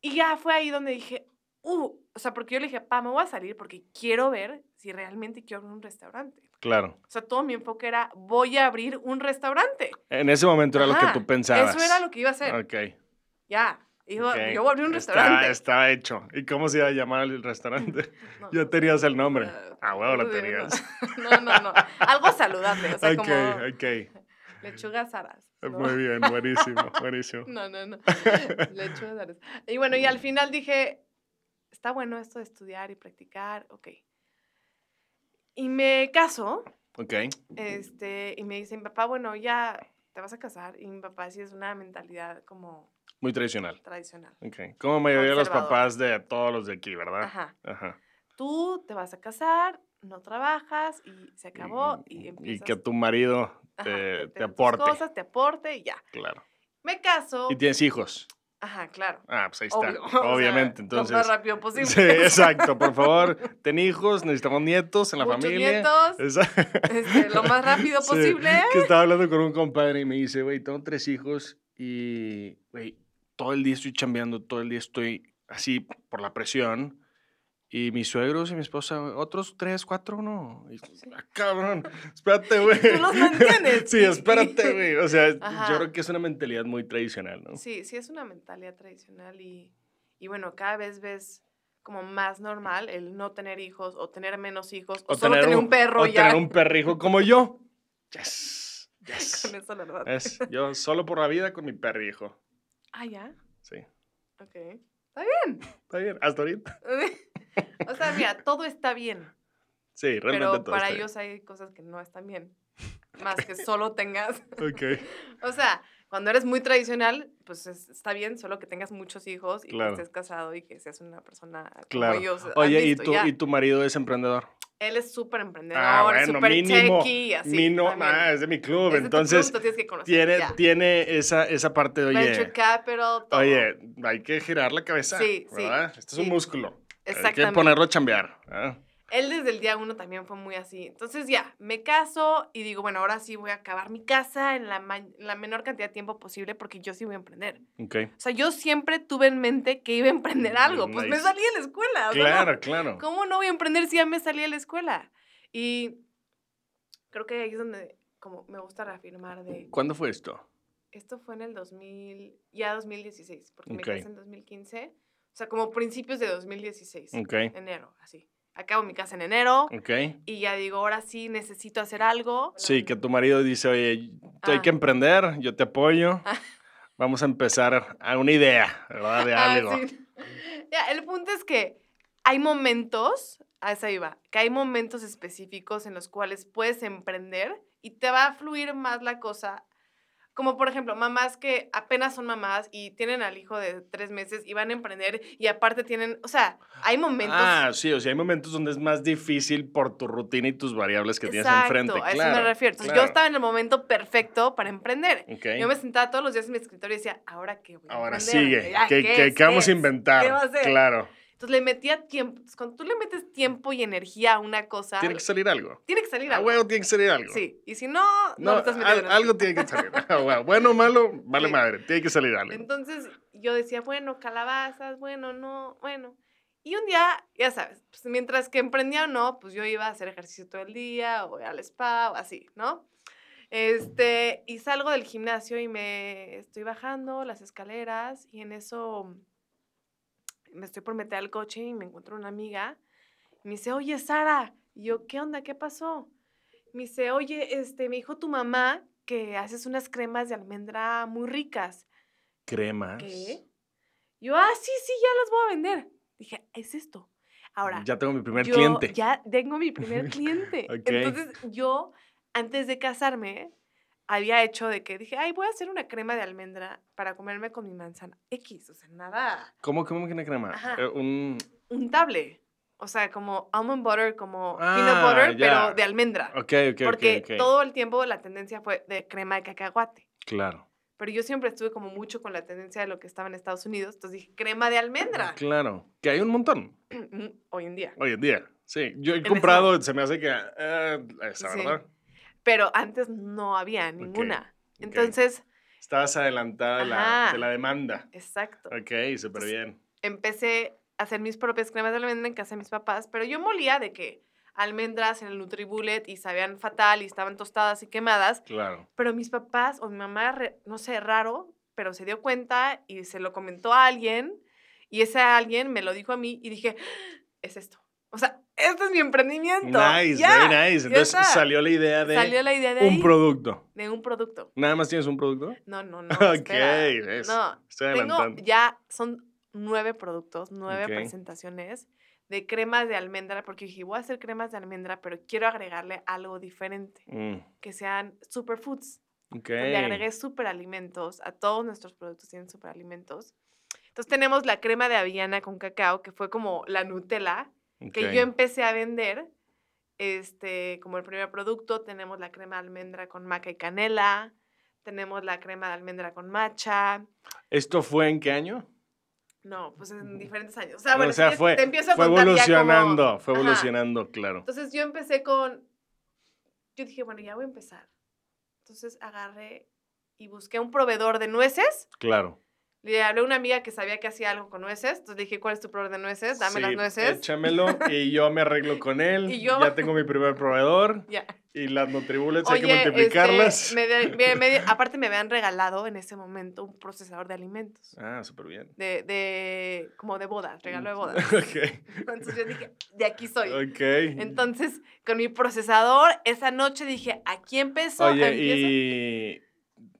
Speaker 2: Y ya fue ahí donde dije, uh, o sea, porque yo le dije, pa, me voy a salir porque quiero ver si realmente quiero abrir un restaurante.
Speaker 1: Claro.
Speaker 2: O sea, todo mi enfoque era, voy a abrir un restaurante.
Speaker 1: En ese momento era lo
Speaker 2: Ajá,
Speaker 1: que tú pensabas.
Speaker 2: Eso era lo que iba a hacer.
Speaker 1: Ok.
Speaker 2: Ya. Iba-
Speaker 1: ok.
Speaker 2: Yo voy a abrir un
Speaker 1: Está-
Speaker 2: restaurante.
Speaker 1: Está, hecho. ¿Y cómo se iba a llamar el
Speaker 2: (laughs)
Speaker 1: restaurante?
Speaker 2: No,
Speaker 1: ya tenías el nombre.
Speaker 2: eh,
Speaker 1: Ah, huevo, lo
Speaker 2: no,
Speaker 1: tenías.
Speaker 2: (laughs) No, no, no. Algo saludable. O sea,
Speaker 1: ok,
Speaker 2: como (laughs)
Speaker 1: ok.
Speaker 2: lechugas aras. ¿no?
Speaker 1: Muy bien, buenísimo,
Speaker 2: (laughs)
Speaker 1: buenísimo.
Speaker 2: No,
Speaker 1: (laughs)
Speaker 2: no, no. Lechugas aras. Y bueno, y al final dije, está bueno esto de estudiar y practicar. Ok. Y me caso.
Speaker 1: Ok.
Speaker 2: Este, y me dicen, papá, bueno, ya te vas a casar. Y mi papá sí es una mentalidad como
Speaker 1: Muy tradicional.
Speaker 2: tradicional.
Speaker 1: Ok. Como mayoría de los
Speaker 2: Conservador.
Speaker 1: papás de todos los de aquí, ¿verdad?
Speaker 2: Ajá.
Speaker 1: Ajá.
Speaker 2: Tú te vas a casar, no trabajas y se acabó. Y,
Speaker 1: Y, y
Speaker 2: empiezas,
Speaker 1: que tu marido
Speaker 2: ajá,
Speaker 1: te,
Speaker 2: ten
Speaker 1: te
Speaker 2: tus
Speaker 1: aporte.
Speaker 2: cosas, te aporte y ya.
Speaker 1: Claro.
Speaker 2: Me caso.
Speaker 1: Y tienes hijos.
Speaker 2: Ajá, claro.
Speaker 1: Ah, pues ahí está.
Speaker 2: Obvio, (laughs) o sea,
Speaker 1: Obviamente,
Speaker 2: Lo más
Speaker 1: entonces.
Speaker 2: rápido
Speaker 1: (laughs)
Speaker 2: posible.
Speaker 1: Sí, exacto, por
Speaker 2: (laughs)
Speaker 1: favor, ten hijos, necesitamos nietos en la
Speaker 2: Muchos
Speaker 1: familia. (laughs)
Speaker 2: nietos,
Speaker 1: Esa-
Speaker 2: este, lo más rápido
Speaker 1: (laughs) Sí,
Speaker 2: posible. ¿eh?
Speaker 1: que estaba hablando con un compadre y me dice, güey, tengo tres hijos y, güey, todo el día estoy chambeando, todo el día estoy así por la presión. Y mis suegros y mi esposa, güey, otros tres, cuatro, no. Y, "Ah,
Speaker 2: (laughs)
Speaker 1: cabrón, espérate, güey.
Speaker 2: Tú los
Speaker 1: (laughs)
Speaker 2: mantienes. (laughs)
Speaker 1: Sí,
Speaker 2: Y-
Speaker 1: espérate, güey. O sea,
Speaker 2: Ajá.
Speaker 1: yo creo que es una mentalidad muy tradicional, ¿no?
Speaker 2: Sí, sí es una mentalidad tradicional y, y bueno, cada vez ves como más normal el no tener hijos o tener menos hijos o, pues, solo tener, un, perro
Speaker 1: o
Speaker 2: ya.
Speaker 1: tener
Speaker 2: (laughs)
Speaker 1: un perrijo como yo. Yes, yes.
Speaker 2: Con eso, la verdad.
Speaker 1: Es, yo solo por la vida con mi perrijo.
Speaker 2: Ah, ya.
Speaker 1: Sí.
Speaker 2: Ok. (laughs)
Speaker 1: Está bien, hasta ahorita.
Speaker 2: o sea, mira, todo está bien,
Speaker 1: Sí, realmente
Speaker 2: pero
Speaker 1: todo
Speaker 2: para
Speaker 1: está bien.
Speaker 2: ellos hay cosas que no están bien. Más que solo tengas.
Speaker 1: Ok.
Speaker 2: O sea, cuando eres muy tradicional, pues es- está bien solo que tengas muchos hijos y
Speaker 1: Claro.
Speaker 2: que estés casado y que seas una persona
Speaker 1: Claro.
Speaker 2: como ellos. (laughs) han
Speaker 1: Oye, ¿y
Speaker 2: visto,
Speaker 1: tu,
Speaker 2: ya.
Speaker 1: ¿y tu marido es emprendedor?
Speaker 2: Él es súper emprendedor,
Speaker 1: Ah, bueno,
Speaker 2: súper
Speaker 1: mínimo,
Speaker 2: techy y así.
Speaker 1: Mi no,
Speaker 2: también.
Speaker 1: ah, es de mi club,
Speaker 2: Ese es tu
Speaker 1: entonces
Speaker 2: club, tú tienes que conocer,
Speaker 1: tiene,
Speaker 2: ya.
Speaker 1: tiene esa, esa parte de,
Speaker 2: Venture
Speaker 1: oye,
Speaker 2: capital, todo.
Speaker 1: oye, hay que girar la cabeza,
Speaker 2: Sí, sí,
Speaker 1: ¿verdad? Esto es
Speaker 2: sí.
Speaker 1: un músculo, hay
Speaker 2: Exactamente.
Speaker 1: que ponerlo a chambear. ¿ah?
Speaker 2: Él desde el día uno también fue muy así. Entonces ya, me caso y digo, bueno, ahora sí voy a acabar mi casa en la, ma- la menor cantidad de tiempo posible porque yo sí voy a emprender.
Speaker 1: Ok.
Speaker 2: O sea, yo siempre tuve en mente que iba a emprender algo. Pues me
Speaker 1: Nice.
Speaker 2: salí de la escuela. o sea, no.
Speaker 1: Claro, claro.
Speaker 2: ¿Cómo no voy a emprender si ya me salí de la escuela? Y creo que ahí es donde como me gusta reafirmar de,
Speaker 1: ¿Cuándo fue esto?
Speaker 2: esto fue en el 2000, ya 2016, porque
Speaker 1: Ok.
Speaker 2: me casé en 2015, o sea, como principios de 2016,
Speaker 1: Ok.
Speaker 2: enero, así. acabo mi casa en enero
Speaker 1: Ok.
Speaker 2: y ya digo, ahora sí necesito hacer algo.
Speaker 1: Sí, que tu marido dice, oye, tú hay
Speaker 2: Ah.
Speaker 1: que emprender, yo te apoyo. Vamos a empezar a una idea, ¿verdad? De
Speaker 2: Ah,
Speaker 1: algo.
Speaker 2: sí. (laughs) Ya, el punto es que hay momentos, a esa iba, que hay momentos específicos en los cuales puedes emprender y te va a fluir más la cosa. Como por ejemplo, mamás que apenas son mamás y tienen al hijo de tres meses y van a emprender y aparte tienen, o sea, hay momentos.
Speaker 1: Ah, sí, o sea, hay momentos donde es más difícil por tu rutina y tus variables que tienes enfrente.
Speaker 2: a
Speaker 1: claro,
Speaker 2: eso me refiero. Entonces, Yo
Speaker 1: claro.
Speaker 2: estaba en el momento perfecto para emprender.
Speaker 1: Ok.
Speaker 2: Yo me sentaba todos los días en mi escritorio y decía, ¿ahora qué voy a
Speaker 1: Ahora
Speaker 2: emprender?
Speaker 1: sigue.
Speaker 2: Ya,
Speaker 1: ¿Qué, qué-
Speaker 2: es?
Speaker 1: qué vamos a
Speaker 2: "Ah, es?
Speaker 1: inventar?
Speaker 2: ¿Qué va a hacer?
Speaker 1: Claro.
Speaker 2: Entonces le metía tiempo. Entonces, cuando tú le metes tiempo y energía a una cosa,
Speaker 1: Tiene que salir algo.
Speaker 2: tiene que salir
Speaker 1: A
Speaker 2: algo.
Speaker 1: huevo tiene que salir algo.
Speaker 2: Sí, y si no, no,
Speaker 1: No,
Speaker 2: le estás
Speaker 1: al-
Speaker 2: metiendo.
Speaker 1: algo tiene que salir. (laughs) A huevo. Bueno o malo, vale
Speaker 2: Sí.
Speaker 1: madre. Tiene que salir algo.
Speaker 2: Entonces yo decía, bueno, calabazas, bueno, no, bueno. Y un día, ya sabes, pues, mientras que emprendía o no, pues yo iba a hacer ejercicio todo el día, o al spa, o así, ¿no? Este, y salgo del gimnasio y me estoy bajando las escaleras y en eso me estoy por meter al coche y me encuentro una amiga. Me dice, oye, Sara. Y yo, ¿qué onda? ¿Qué pasó? Me dice, oye, este, me dijo tu mamá que haces unas cremas de almendra muy ricas.
Speaker 1: Cremas.
Speaker 2: ¿Qué? Yo, ah, sí, sí, ya las voy a vender. Dije, es esto. Ahora,
Speaker 1: Ya tengo mi primer
Speaker 2: yo
Speaker 1: cliente.
Speaker 2: ya tengo mi
Speaker 1: (laughs)
Speaker 2: primer cliente.
Speaker 1: Ok.
Speaker 2: Entonces, yo, antes de casarme, había hecho de que dije, ay, voy a hacer una crema de almendra para comerme con mi manzana. X, o sea, nada
Speaker 1: ¿Cómo, cómo que una crema?
Speaker 2: Ajá.
Speaker 1: Eh, un...
Speaker 2: untable. O sea, como almond butter, como
Speaker 1: Ah,
Speaker 2: peanut butter,
Speaker 1: ya.
Speaker 2: pero de almendra.
Speaker 1: Ok, ok,
Speaker 2: Porque
Speaker 1: ok. ok.
Speaker 2: todo el tiempo la tendencia fue de crema de cacahuate.
Speaker 1: Claro.
Speaker 2: Pero yo siempre estuve como mucho con la tendencia de lo que estaba en Estados Unidos. Entonces dije, crema de almendra.
Speaker 1: Claro. Que hay un montón.
Speaker 2: Hoy en día.
Speaker 1: Hoy en día. Sí. Yo he
Speaker 2: ese
Speaker 1: comprado, se me hace que. eh, esa,
Speaker 2: Sí.
Speaker 1: ¿verdad?
Speaker 2: Pero antes no había ninguna.
Speaker 1: ok.
Speaker 2: Entonces,
Speaker 1: Estabas adelantada de la,
Speaker 2: Ajá.
Speaker 1: de la demanda.
Speaker 2: exacto.
Speaker 1: Ok, súper
Speaker 2: Entonces,
Speaker 1: bien.
Speaker 2: Empecé a hacer mis propias cremas de almendra en casa de mis papás. Pero yo molía de que almendras en el Nutribullet y sabían fatal y estaban tostadas y quemadas.
Speaker 1: Claro.
Speaker 2: Pero mis papás o mi mamá, re- no sé, raro, pero se dio cuenta y se lo comentó a alguien y ese alguien me lo dijo a mí y dije, "Ah, es esto. O sea, este es mi emprendimiento.
Speaker 1: Nice,
Speaker 2: Ya.
Speaker 1: very nice.
Speaker 2: ya
Speaker 1: Entonces
Speaker 2: está.
Speaker 1: salió la idea de
Speaker 2: Salió la idea de,
Speaker 1: un
Speaker 2: ahí,
Speaker 1: producto.
Speaker 2: de un producto.
Speaker 1: ¿Nada más tienes un producto? (laughs)
Speaker 2: No, no, no.
Speaker 1: ok,
Speaker 2: espera.
Speaker 1: es-
Speaker 2: No,
Speaker 1: estoy
Speaker 2: tengo
Speaker 1: adelantando.
Speaker 2: ya, son nueve productos, nueve
Speaker 1: Ok.
Speaker 2: presentaciones de cremas de almendra, porque dije, voy a hacer cremas de almendra, pero quiero agregarle algo diferente,
Speaker 1: Mm,
Speaker 2: que sean superfoods.
Speaker 1: ok.
Speaker 2: pues Le agregué superalimentos. A todos nuestros productos tienen superalimentos. Entonces tenemos la crema de avellana con cacao, que fue como la Nutella, que
Speaker 1: Ok.
Speaker 2: yo em empecé a vender este, como el primer producto. Tenemos la crema de almendra con maca y canela. Tenemos la crema de almendra con matcha.
Speaker 1: ¿Esto fue en qué año?
Speaker 2: No, pues en diferentes años. O sea, bueno,
Speaker 1: o sea,
Speaker 2: sí,
Speaker 1: fue,
Speaker 2: te empiezo a
Speaker 1: fue
Speaker 2: contar ya como-
Speaker 1: evolucionando, fue
Speaker 2: Ajá.
Speaker 1: evolucionando, claro.
Speaker 2: Entonces yo empecé con, yo dije, bueno, ya voy a empezar. Entonces agarré y busqué un proveedor de nueces
Speaker 1: Claro.
Speaker 2: Le hablé a una amiga que sabía que hacía algo con nueces. Entonces le dije, ¿cuál es tu proveedor de nueces? pues, Dame las
Speaker 1: Sí,
Speaker 2: nueces.
Speaker 1: Échamelo y yo me arreglo con él.
Speaker 2: (laughs) Y yo-
Speaker 1: Ya tengo mi primer proveedor
Speaker 2: Ya.
Speaker 1: y las nutribulets hay que
Speaker 2: Oye,
Speaker 1: multiplicarlas.
Speaker 2: este, me de- me- me de- aparte me habían regalado en ese momento un procesador de alimentos.
Speaker 1: Ah, súper bien.
Speaker 2: De, de, como de bodas, regalo de bodas.
Speaker 1: (laughs) ok,
Speaker 2: Entonces yo dije, de aquí soy.
Speaker 1: ok.
Speaker 2: Entonces, con mi procesador, esa noche dije, aquí empezó.
Speaker 1: Oye,
Speaker 2: empiezo.
Speaker 1: y...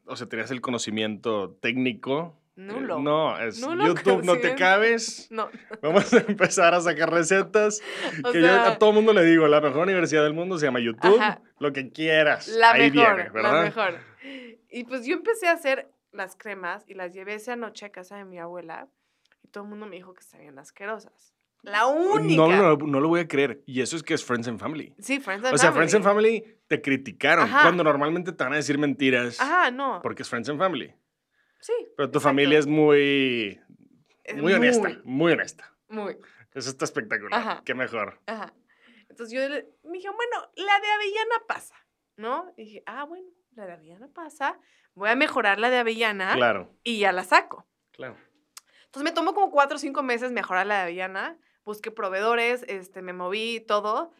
Speaker 1: O sea, tenías el conocimiento técnico. Eh,
Speaker 2: Nulo.
Speaker 1: no, es
Speaker 2: Nulo
Speaker 1: YouTube, no te
Speaker 2: conocimiento. (laughs)
Speaker 1: cabes.
Speaker 2: No,
Speaker 1: Vamos a empezar a sacar recetas.
Speaker 2: o
Speaker 1: que yo
Speaker 2: sea,
Speaker 1: a todo mundo le digo, la mejor universidad del mundo se llama YouTube.
Speaker 2: Ajá.
Speaker 1: Lo que quieras.
Speaker 2: La
Speaker 1: ahí
Speaker 2: mejor,
Speaker 1: viene, ¿verdad?
Speaker 2: la mejor. Y pues yo empecé a hacer las cremas y las llevé esa noche a casa de mi abuela y todo el mundo me dijo que sabían asquerosas. La única.
Speaker 1: No, no, no lo voy a creer. Y eso es que es Friends and Family.
Speaker 2: Sí, Friends and
Speaker 1: O sea, Friends and
Speaker 2: Family.
Speaker 1: Family te criticaron
Speaker 2: Ajá.
Speaker 1: cuando normalmente te van a decir mentiras
Speaker 2: Ajá, no.
Speaker 1: porque es Friends and Family.
Speaker 2: Sí.
Speaker 1: Pero tu familia es muy,
Speaker 2: es
Speaker 1: muy honesta, muy honesta.
Speaker 2: Muy.
Speaker 1: Eso está espectacular.
Speaker 2: Ajá.
Speaker 1: Qué mejor.
Speaker 2: Ajá. Entonces yo le, me dije, bueno, la de avellana pasa, ¿no? Y dije, ah, bueno, la de avellana pasa, voy a mejorar la de avellana
Speaker 1: Claro,
Speaker 2: y ya la saco.
Speaker 1: claro.
Speaker 2: Entonces me tomó como cuatro o cinco meses mejorar la de avellana. Busqué proveedores, este, me moví y todo.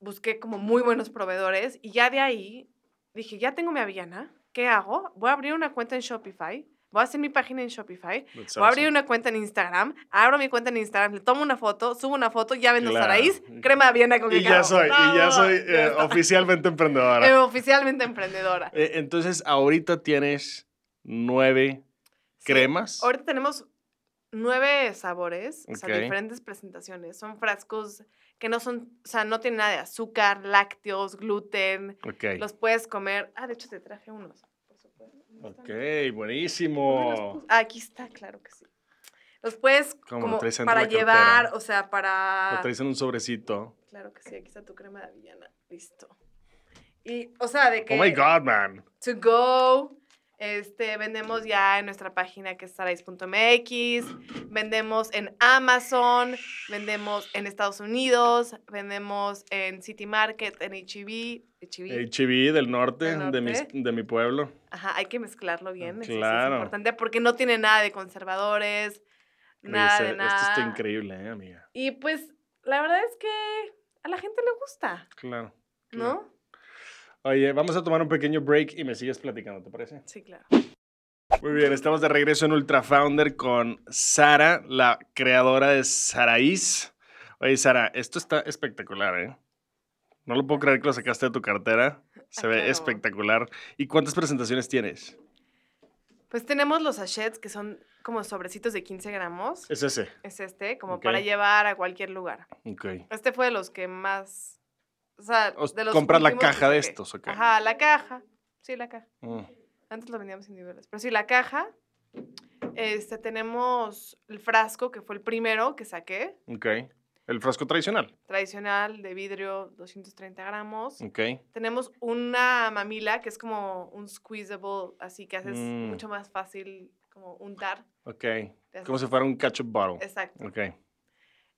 Speaker 2: Busqué como muy buenos proveedores y ya de ahí dije, ya tengo mi avellana, ¿qué hago? Voy a abrir una cuenta en Shopify voy a hacer mi página en Shopify,
Speaker 1: That's
Speaker 2: voy a abrir
Speaker 1: awesome.
Speaker 2: una cuenta en Instagram, abro mi cuenta en Instagram, le tomo una foto, subo una foto, ya vendo
Speaker 1: Claro.
Speaker 2: Saraís, crema de Viena con
Speaker 1: Y ya
Speaker 2: cacao.
Speaker 1: soy, y ya
Speaker 2: Vamos,
Speaker 1: soy
Speaker 2: ya
Speaker 1: eh,
Speaker 2: está.
Speaker 1: oficialmente emprendedora.
Speaker 2: (laughs) Eh, oficialmente emprendedora.
Speaker 1: Eh, entonces, ahorita tienes nueve
Speaker 2: Sí,
Speaker 1: cremas.
Speaker 2: Ahorita tenemos nueve sabores, o sea,
Speaker 1: Ok.
Speaker 2: diferentes presentaciones. Son frascos que no son, o sea, no tienen nada de azúcar, lácteos, gluten.
Speaker 1: Ok.
Speaker 2: Los puedes comer. Ah, de hecho te traje unos. por supuesto. ¿Dónde están?
Speaker 1: Ok, Oh.
Speaker 2: ¿Dónde los
Speaker 1: buenísimo.
Speaker 2: puse? Ah, aquí está, claro que sí. Los puedes
Speaker 1: Como lo
Speaker 2: como
Speaker 1: traes dentro
Speaker 2: para
Speaker 1: de la
Speaker 2: llevar,
Speaker 1: cartera.
Speaker 2: o sea,
Speaker 1: Lo
Speaker 2: para...
Speaker 1: traes en un sobrecito.
Speaker 2: Claro que sí, aquí está tu crema de avellana. Listo. Y, o sea, de que...
Speaker 1: Oh my God, man.
Speaker 2: to go. Este, vendemos ya en nuestra página que es sarais.mx, vendemos en Amazon, vendemos en Estados Unidos, vendemos en City Market, en E HB,
Speaker 1: HB del norte,
Speaker 2: Del norte.
Speaker 1: De, mis- de mi pueblo.
Speaker 2: Ajá, hay que mezclarlo bien, eso sí
Speaker 1: Ah, Claro.
Speaker 2: es importante porque no tiene nada de conservadores,
Speaker 1: Me
Speaker 2: nada
Speaker 1: dice,
Speaker 2: de nada.
Speaker 1: Esto está increíble, ¿eh, amiga.
Speaker 2: Y pues la verdad es que a la gente le gusta,
Speaker 1: Claro.
Speaker 2: ¿no?
Speaker 1: Claro. Oye, vamos a tomar un pequeño break y me sigues platicando, ¿te parece?
Speaker 2: Sí, claro.
Speaker 1: Muy bien, estamos de regreso en Ultra Founder con Sara, la creadora de Saraís. Oye, Sara, esto está espectacular, ¿eh? No lo puedo creer que lo sacaste de tu cartera. Se ve
Speaker 2: Ah, claro.
Speaker 1: espectacular. ¿Y cuántas presentaciones tienes?
Speaker 2: Pues tenemos los sachets que son como sobrecitos de 15 gramos.
Speaker 1: Es ese.
Speaker 2: es este, como
Speaker 1: Ok.
Speaker 2: para llevar a cualquier lugar.
Speaker 1: Ok.
Speaker 2: Este fue de los que más. O sea,
Speaker 1: O-
Speaker 2: de los.
Speaker 1: compras la
Speaker 2: últimos que
Speaker 1: caja de
Speaker 2: saqué.
Speaker 1: estos, ok.
Speaker 2: Ajá, la caja. Sí, la caja.
Speaker 1: Mm,
Speaker 2: Antes lo vendíamos individuales. Pero sí, la caja. Este, tenemos el frasco, que fue el primero que saqué,
Speaker 1: ok. El frasco tradicional.
Speaker 2: tradicional, de vidrio, 230 gramos.
Speaker 1: Ok.
Speaker 2: Tenemos una mamila, que es como un squeezable, así que haces
Speaker 1: Mm.
Speaker 2: mucho más fácil como untar.
Speaker 1: Ok.
Speaker 2: Te haces-
Speaker 1: Como si fuera un ketchup bottle.
Speaker 2: Exacto.
Speaker 1: Ok.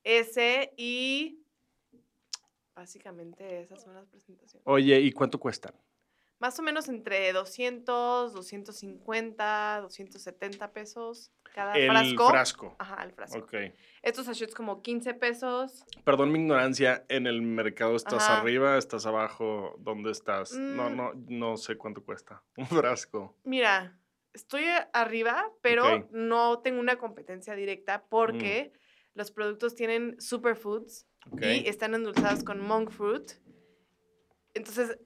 Speaker 2: Ese y básicamente esas son las presentaciones.
Speaker 1: Oye, ¿y cuánto cuestan?
Speaker 2: Más o menos entre 200, 250, 270 pesos cada
Speaker 1: El
Speaker 2: Ah, frasco.
Speaker 1: frasco.
Speaker 2: Ajá, el frasco.
Speaker 1: Ok.
Speaker 2: Estos sachets como 15 pesos.
Speaker 1: Perdón mi ignorancia, en el mercado estás
Speaker 2: Ajá.
Speaker 1: arriba, estás abajo, ¿dónde estás? No,
Speaker 2: Mm.
Speaker 1: no, no sé cuánto cuesta. (laughs) Un frasco.
Speaker 2: Mira, estoy arriba, pero
Speaker 1: Ok. Mm.
Speaker 2: no tengo una competencia directa porque los productos tienen superfoods
Speaker 1: Ok.
Speaker 2: y están endulzados con monk fruit. Entonces,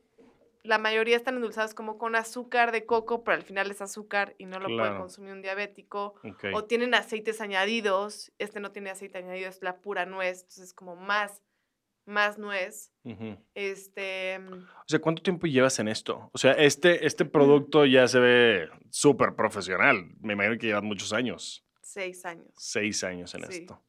Speaker 2: la mayoría están endulzados como con azúcar de coco, pero al final es azúcar y no lo puede
Speaker 1: Claro.
Speaker 2: consumir un diabético.
Speaker 1: Ok.
Speaker 2: O tienen aceites añadidos. Este no tiene aceite añadido, es la pura nuez. Entonces, es como más, más nuez.
Speaker 1: Ujú.
Speaker 2: Este,
Speaker 1: O sea, ¿cuánto tiempo llevas en esto? O sea, este,
Speaker 2: Mm.
Speaker 1: este producto ya se ve súper profesional. Me imagino que llevas muchos años,
Speaker 2: seis años.
Speaker 1: seis años en
Speaker 2: Sí.
Speaker 1: esto.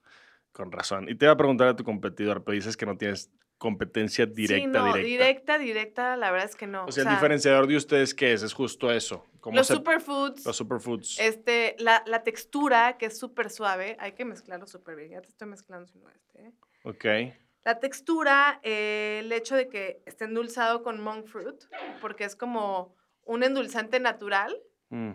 Speaker 1: Con razón. Y te iba a preguntar a tu competidor, pero dices que no tienes competencia directa,
Speaker 2: sí, no,
Speaker 1: directa.
Speaker 2: directa, directa, la verdad es que no.
Speaker 1: O sea, el diferenciador de ustedes, ¿qué es? Es justo eso. ¿Cómo
Speaker 2: Los
Speaker 1: se-
Speaker 2: superfoods.
Speaker 1: los superfoods.
Speaker 2: Este, la, la textura, que es súper suave, hay que mezclarlo súper bien. Ya te estoy mezclando si no este. ¿eh?
Speaker 1: Ok.
Speaker 2: La textura, eh, el hecho de que esté endulzado con monk fruit, porque es como un endulzante natural,
Speaker 1: Mm.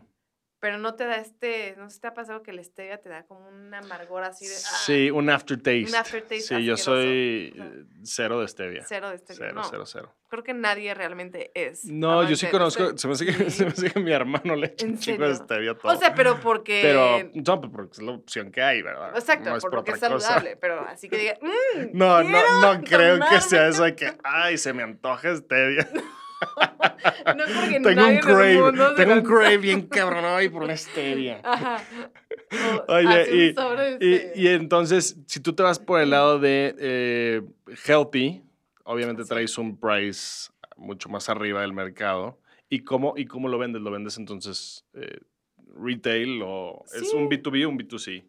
Speaker 2: pero no te da este, no sé si te ha pasado que la stevia te da como un amargor así de... ah,
Speaker 1: Sí, un aftertaste.
Speaker 2: Un aftertaste
Speaker 1: Sí, yo
Speaker 2: asqueroso.
Speaker 1: soy
Speaker 2: O sea.
Speaker 1: eh, cero de stevia.
Speaker 2: Cero de stevia.
Speaker 1: Cero,
Speaker 2: no,
Speaker 1: cero, cero.
Speaker 2: creo que nadie realmente es.
Speaker 1: No, yo sí
Speaker 2: amante de la
Speaker 1: conozco,
Speaker 2: stevia.
Speaker 1: se me hace que, (laughs)
Speaker 2: Sí.
Speaker 1: se me hace que mi hermano le echa
Speaker 2: ¿En
Speaker 1: un chico de
Speaker 2: serio?
Speaker 1: stevia a todo.
Speaker 2: O sea, pero porque...
Speaker 1: pero no, pues, porque es la opción que hay, ¿verdad?
Speaker 2: Exacto,
Speaker 1: No es
Speaker 2: por lo que es
Speaker 1: otra cosa.
Speaker 2: saludable, pero así que diga, "Mm,
Speaker 1: No,
Speaker 2: quiero
Speaker 1: no, no creo que
Speaker 2: tomarme
Speaker 1: sea eso de
Speaker 2: (laughs)
Speaker 1: que, ay, se me antoja stevia.
Speaker 2: No
Speaker 1: (laughs)
Speaker 2: porque
Speaker 1: tengo
Speaker 2: nadie
Speaker 1: un
Speaker 2: en el mundo
Speaker 1: crave,
Speaker 2: se Ah,
Speaker 1: tengo un
Speaker 2: lo-
Speaker 1: crave bien cabrón hoy por una stevia.
Speaker 2: Ajá. O
Speaker 1: Oye,
Speaker 2: hace un
Speaker 1: y-
Speaker 2: sobre de
Speaker 1: Y,
Speaker 2: este-
Speaker 1: y entonces, si tú te vas por el lado de eh, healthy, obviamente
Speaker 2: Sí.
Speaker 1: traes un price mucho más arriba del mercado. ¿Y cómo, y cómo lo vendes? ¿Lo vendes entonces eh, retail o es un
Speaker 2: Sí.
Speaker 1: B2B o un B2C?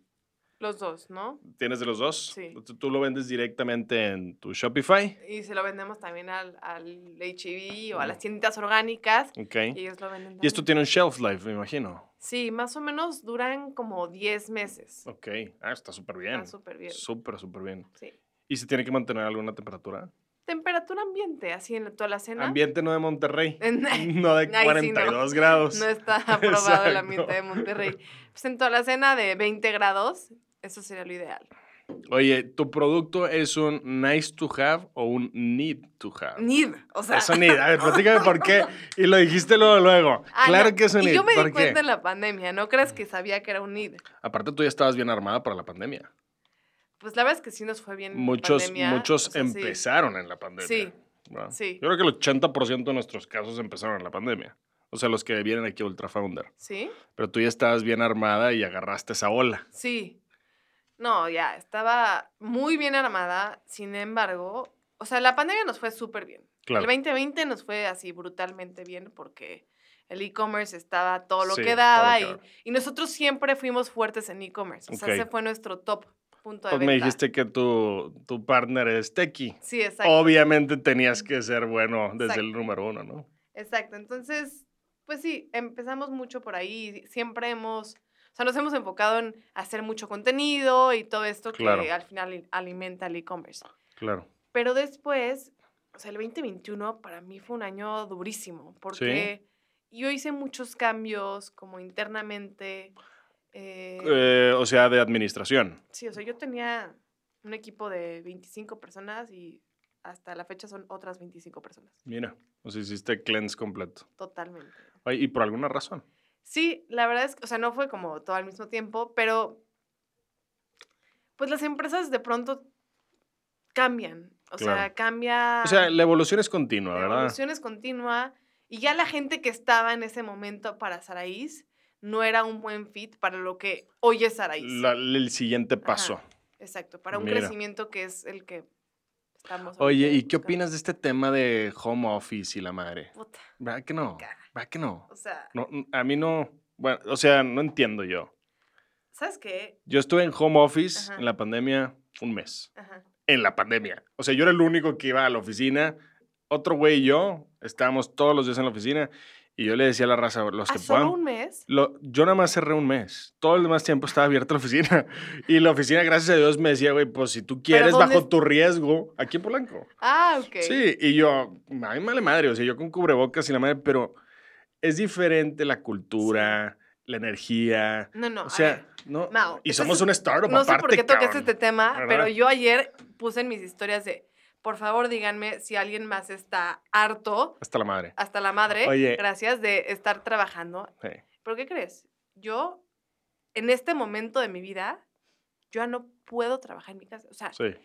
Speaker 2: los dos, ¿no?
Speaker 1: ¿Tienes de los dos?
Speaker 2: Sí.
Speaker 1: ¿Tú, tú lo vendes directamente en tu Shopify?
Speaker 2: Y se lo vendemos también al, al HIV o a
Speaker 1: Ujú.
Speaker 2: las tienditas orgánicas
Speaker 1: Ok.
Speaker 2: y ellos lo venden
Speaker 1: Y esto
Speaker 2: también.
Speaker 1: tiene un shelf life, me imagino.
Speaker 2: Sí, más o menos duran como 10 meses.
Speaker 1: Ok. Ah, está súper bien.
Speaker 2: Está súper bien.
Speaker 1: Súper, súper bien.
Speaker 2: sí.
Speaker 1: ¿Y se tiene que mantener alguna temperatura?
Speaker 2: Temperatura ambiente, así en toda la cena.
Speaker 1: Ambiente no de Monterrey.
Speaker 2: (laughs) En-
Speaker 1: (laughs) No de
Speaker 2: Ahí Eh, sí, no.
Speaker 1: 42 grados.
Speaker 2: (laughs) No
Speaker 1: (laughs)
Speaker 2: está aprobado el
Speaker 1: Exacto.
Speaker 2: ambiente de Monterrey. Pues en toda la cena de 20 grados, eso sería lo ideal.
Speaker 1: Oye, ¿tu producto es un nice to have o un need to have?
Speaker 2: Need, o sea.
Speaker 1: Es un need. A ver, platícame por qué. Y lo dijiste luego, luego.
Speaker 2: (laughs) ah,
Speaker 1: claro
Speaker 2: no,
Speaker 1: que es un need.
Speaker 2: Y yo me
Speaker 1: ¿Por
Speaker 2: di
Speaker 1: qué?
Speaker 2: cuenta en la pandemia, no creas que sabía que era un need.
Speaker 1: Aparte, tú ya estabas bien armada para la pandemia.
Speaker 2: Pues la verdad es que sí nos fue bien. en la
Speaker 1: Muchos,
Speaker 2: pandemia,
Speaker 1: muchos
Speaker 2: o sea, sí.
Speaker 1: empezaron en la pandemia.
Speaker 2: Sí.
Speaker 1: ¿verdad?
Speaker 2: Sí.
Speaker 1: Yo creo que el 80% de nuestros casos empezaron en la pandemia. O sea, los que vienen aquí a Ultra Founder.
Speaker 2: ¿Sí?
Speaker 1: Pero tú ya estabas bien armada y agarraste esa ola.
Speaker 2: Sí. No, ya, estaba muy bien armada, sin embargo, o sea, la pandemia nos fue súper bien.
Speaker 1: Claro.
Speaker 2: El 2020 nos fue así brutalmente bien porque el e-commerce estaba a todo lo
Speaker 1: Sí,
Speaker 2: que daba
Speaker 1: todo lo que
Speaker 2: y, y nosotros siempre fuimos fuertes en e-commerce. O sea,
Speaker 1: Ok.
Speaker 2: ese fue nuestro top punto de
Speaker 1: Pues me
Speaker 2: venta.
Speaker 1: dijiste que tu, tu partner es Tequi.
Speaker 2: Sí, exacto.
Speaker 1: Obviamente tenías que ser bueno desde el
Speaker 2: Exacto.
Speaker 1: número uno, ¿no?
Speaker 2: Exacto. Entonces, pues sí, empezamos mucho por ahí. Siempre hemos, o sea, nos hemos enfocado en hacer mucho contenido y todo esto
Speaker 1: Claro.
Speaker 2: que al final alimenta el e-commerce.
Speaker 1: Claro.
Speaker 2: Pero después, o sea, el 2021 para mí fue un año durísimo, porque yo hice muchos cambios como internamente. eh,
Speaker 1: Eh, o sea, de administración.
Speaker 2: sí, o sea, yo tenía un equipo de 25 personas y hasta la fecha son otras 25 personas,
Speaker 1: Mira, o sea, hiciste cleanse completo.
Speaker 2: totalmente.
Speaker 1: Ay, y por alguna razón.
Speaker 2: Sí, la verdad es que, o sea, no fue como todo al mismo tiempo, pero pues las empresas de pronto cambian, o
Speaker 1: Claro.
Speaker 2: sea, cambia...
Speaker 1: O sea, la evolución es continua,
Speaker 2: Ah. La
Speaker 1: ¿verdad?
Speaker 2: evolución es continua y ya la gente que estaba en ese momento para Saraís no era un buen fit para lo que hoy es Saraís.
Speaker 1: La- el siguiente
Speaker 2: Ajá.
Speaker 1: paso.
Speaker 2: Exacto, para un
Speaker 1: Mira.
Speaker 2: crecimiento que es el que estamos.
Speaker 1: Oye,
Speaker 2: ahorita
Speaker 1: ¿y qué
Speaker 2: buscando.
Speaker 1: opinas de este tema de home office y la madre?
Speaker 2: Puta,
Speaker 1: ¿Verdad que no?
Speaker 2: Cara.
Speaker 1: ¿Verdad que no?
Speaker 2: o sea,
Speaker 1: no? n- A mí no. Bueno, o sea, no entiendo yo.
Speaker 2: ¿sabes qué?
Speaker 1: Yo estuve en home office
Speaker 2: Ajá.
Speaker 1: en la pandemia un mes.
Speaker 2: Ajá.
Speaker 1: En la pandemia. O sea, yo era el único que iba a la oficina. Otro güey y yo estábamos todos los días en la oficina. Y yo le decía a la raza, los que
Speaker 2: ¿A Ah,
Speaker 1: pues,
Speaker 2: solo
Speaker 1: puedan.
Speaker 2: un mes?
Speaker 1: Lo- yo nada más cerré un mes. Todo el demás tiempo estaba abierta la oficina. (laughs) Y la oficina, gracias a Dios, me decía, güey, pues si tú quieres,
Speaker 2: dónde
Speaker 1: bajo
Speaker 2: es-
Speaker 1: tu riesgo, aquí en Polanco.
Speaker 2: Ah, ok.
Speaker 1: Sí, y yo, a mí me vale madre, o sea, yo con cubrebocas y la madre, pero es diferente la cultura, la energía.
Speaker 2: No, no,
Speaker 1: o
Speaker 2: a
Speaker 1: sea,
Speaker 2: ver,
Speaker 1: no.
Speaker 2: Mao,
Speaker 1: y
Speaker 2: entonces,
Speaker 1: somos un startup
Speaker 2: No sé
Speaker 1: aparte,
Speaker 2: por qué tocaste
Speaker 1: cabrón.
Speaker 2: este tema,
Speaker 1: ¿verdad?
Speaker 2: pero yo ayer puse en mis historias de, por favor díganme si alguien más está harto
Speaker 1: Hasta la madre.
Speaker 2: hasta la madre,
Speaker 1: Oye.
Speaker 2: gracias, de estar trabajando.
Speaker 1: Sí.
Speaker 2: ¿Pero qué crees? Yo, en este momento de mi vida, yo ya no puedo trabajar en mi casa. O sea,
Speaker 1: sí.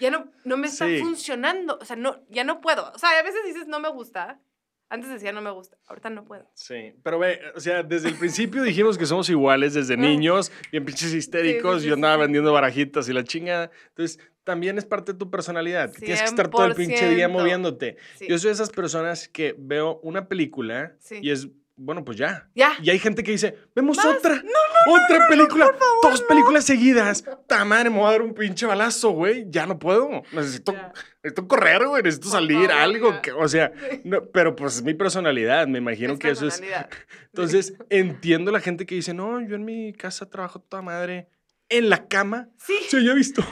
Speaker 2: ya no, no me está
Speaker 1: Sí.
Speaker 2: funcionando. O sea, no, ya no puedo. O sea, a veces dices no me gusta. Antes decía no me gusta. Ahorita no puedo.
Speaker 1: Sí, pero ve, o sea, desde el principio dijimos que somos iguales desde niños, bien pinches histéricos,
Speaker 2: Ah. Sí, sí, sí,
Speaker 1: yo andaba
Speaker 2: sí.
Speaker 1: vendiendo barajitas y la chingada. Entonces, también es parte de tu personalidad, que tienes que estar todo el pinche día
Speaker 2: 100%.
Speaker 1: moviéndote.
Speaker 2: Sí.
Speaker 1: Yo soy de esas personas que veo una película
Speaker 2: Sí.
Speaker 1: y es, bueno, pues ya.
Speaker 2: Ya.
Speaker 1: Y hay gente que dice, vemos otra, otra película, dos películas seguidas. Ta madre, me voy a dar un pinche balazo, güey, ya no puedo. Necesito,
Speaker 2: Ya.
Speaker 1: necesito correr, güey, necesito
Speaker 2: Por
Speaker 1: salir,
Speaker 2: favor,
Speaker 1: algo.
Speaker 2: ya.
Speaker 1: que- o
Speaker 2: (laughs)
Speaker 1: sea, no, pero pues es mi personalidad, me imagino
Speaker 2: Es
Speaker 1: que eso es...
Speaker 2: personalidad.
Speaker 1: (laughs) Entonces, entiendo la gente que dice, no, yo en mi casa trabajo toda madre. En la cama.
Speaker 2: Sí.
Speaker 1: O sea, yo he visto,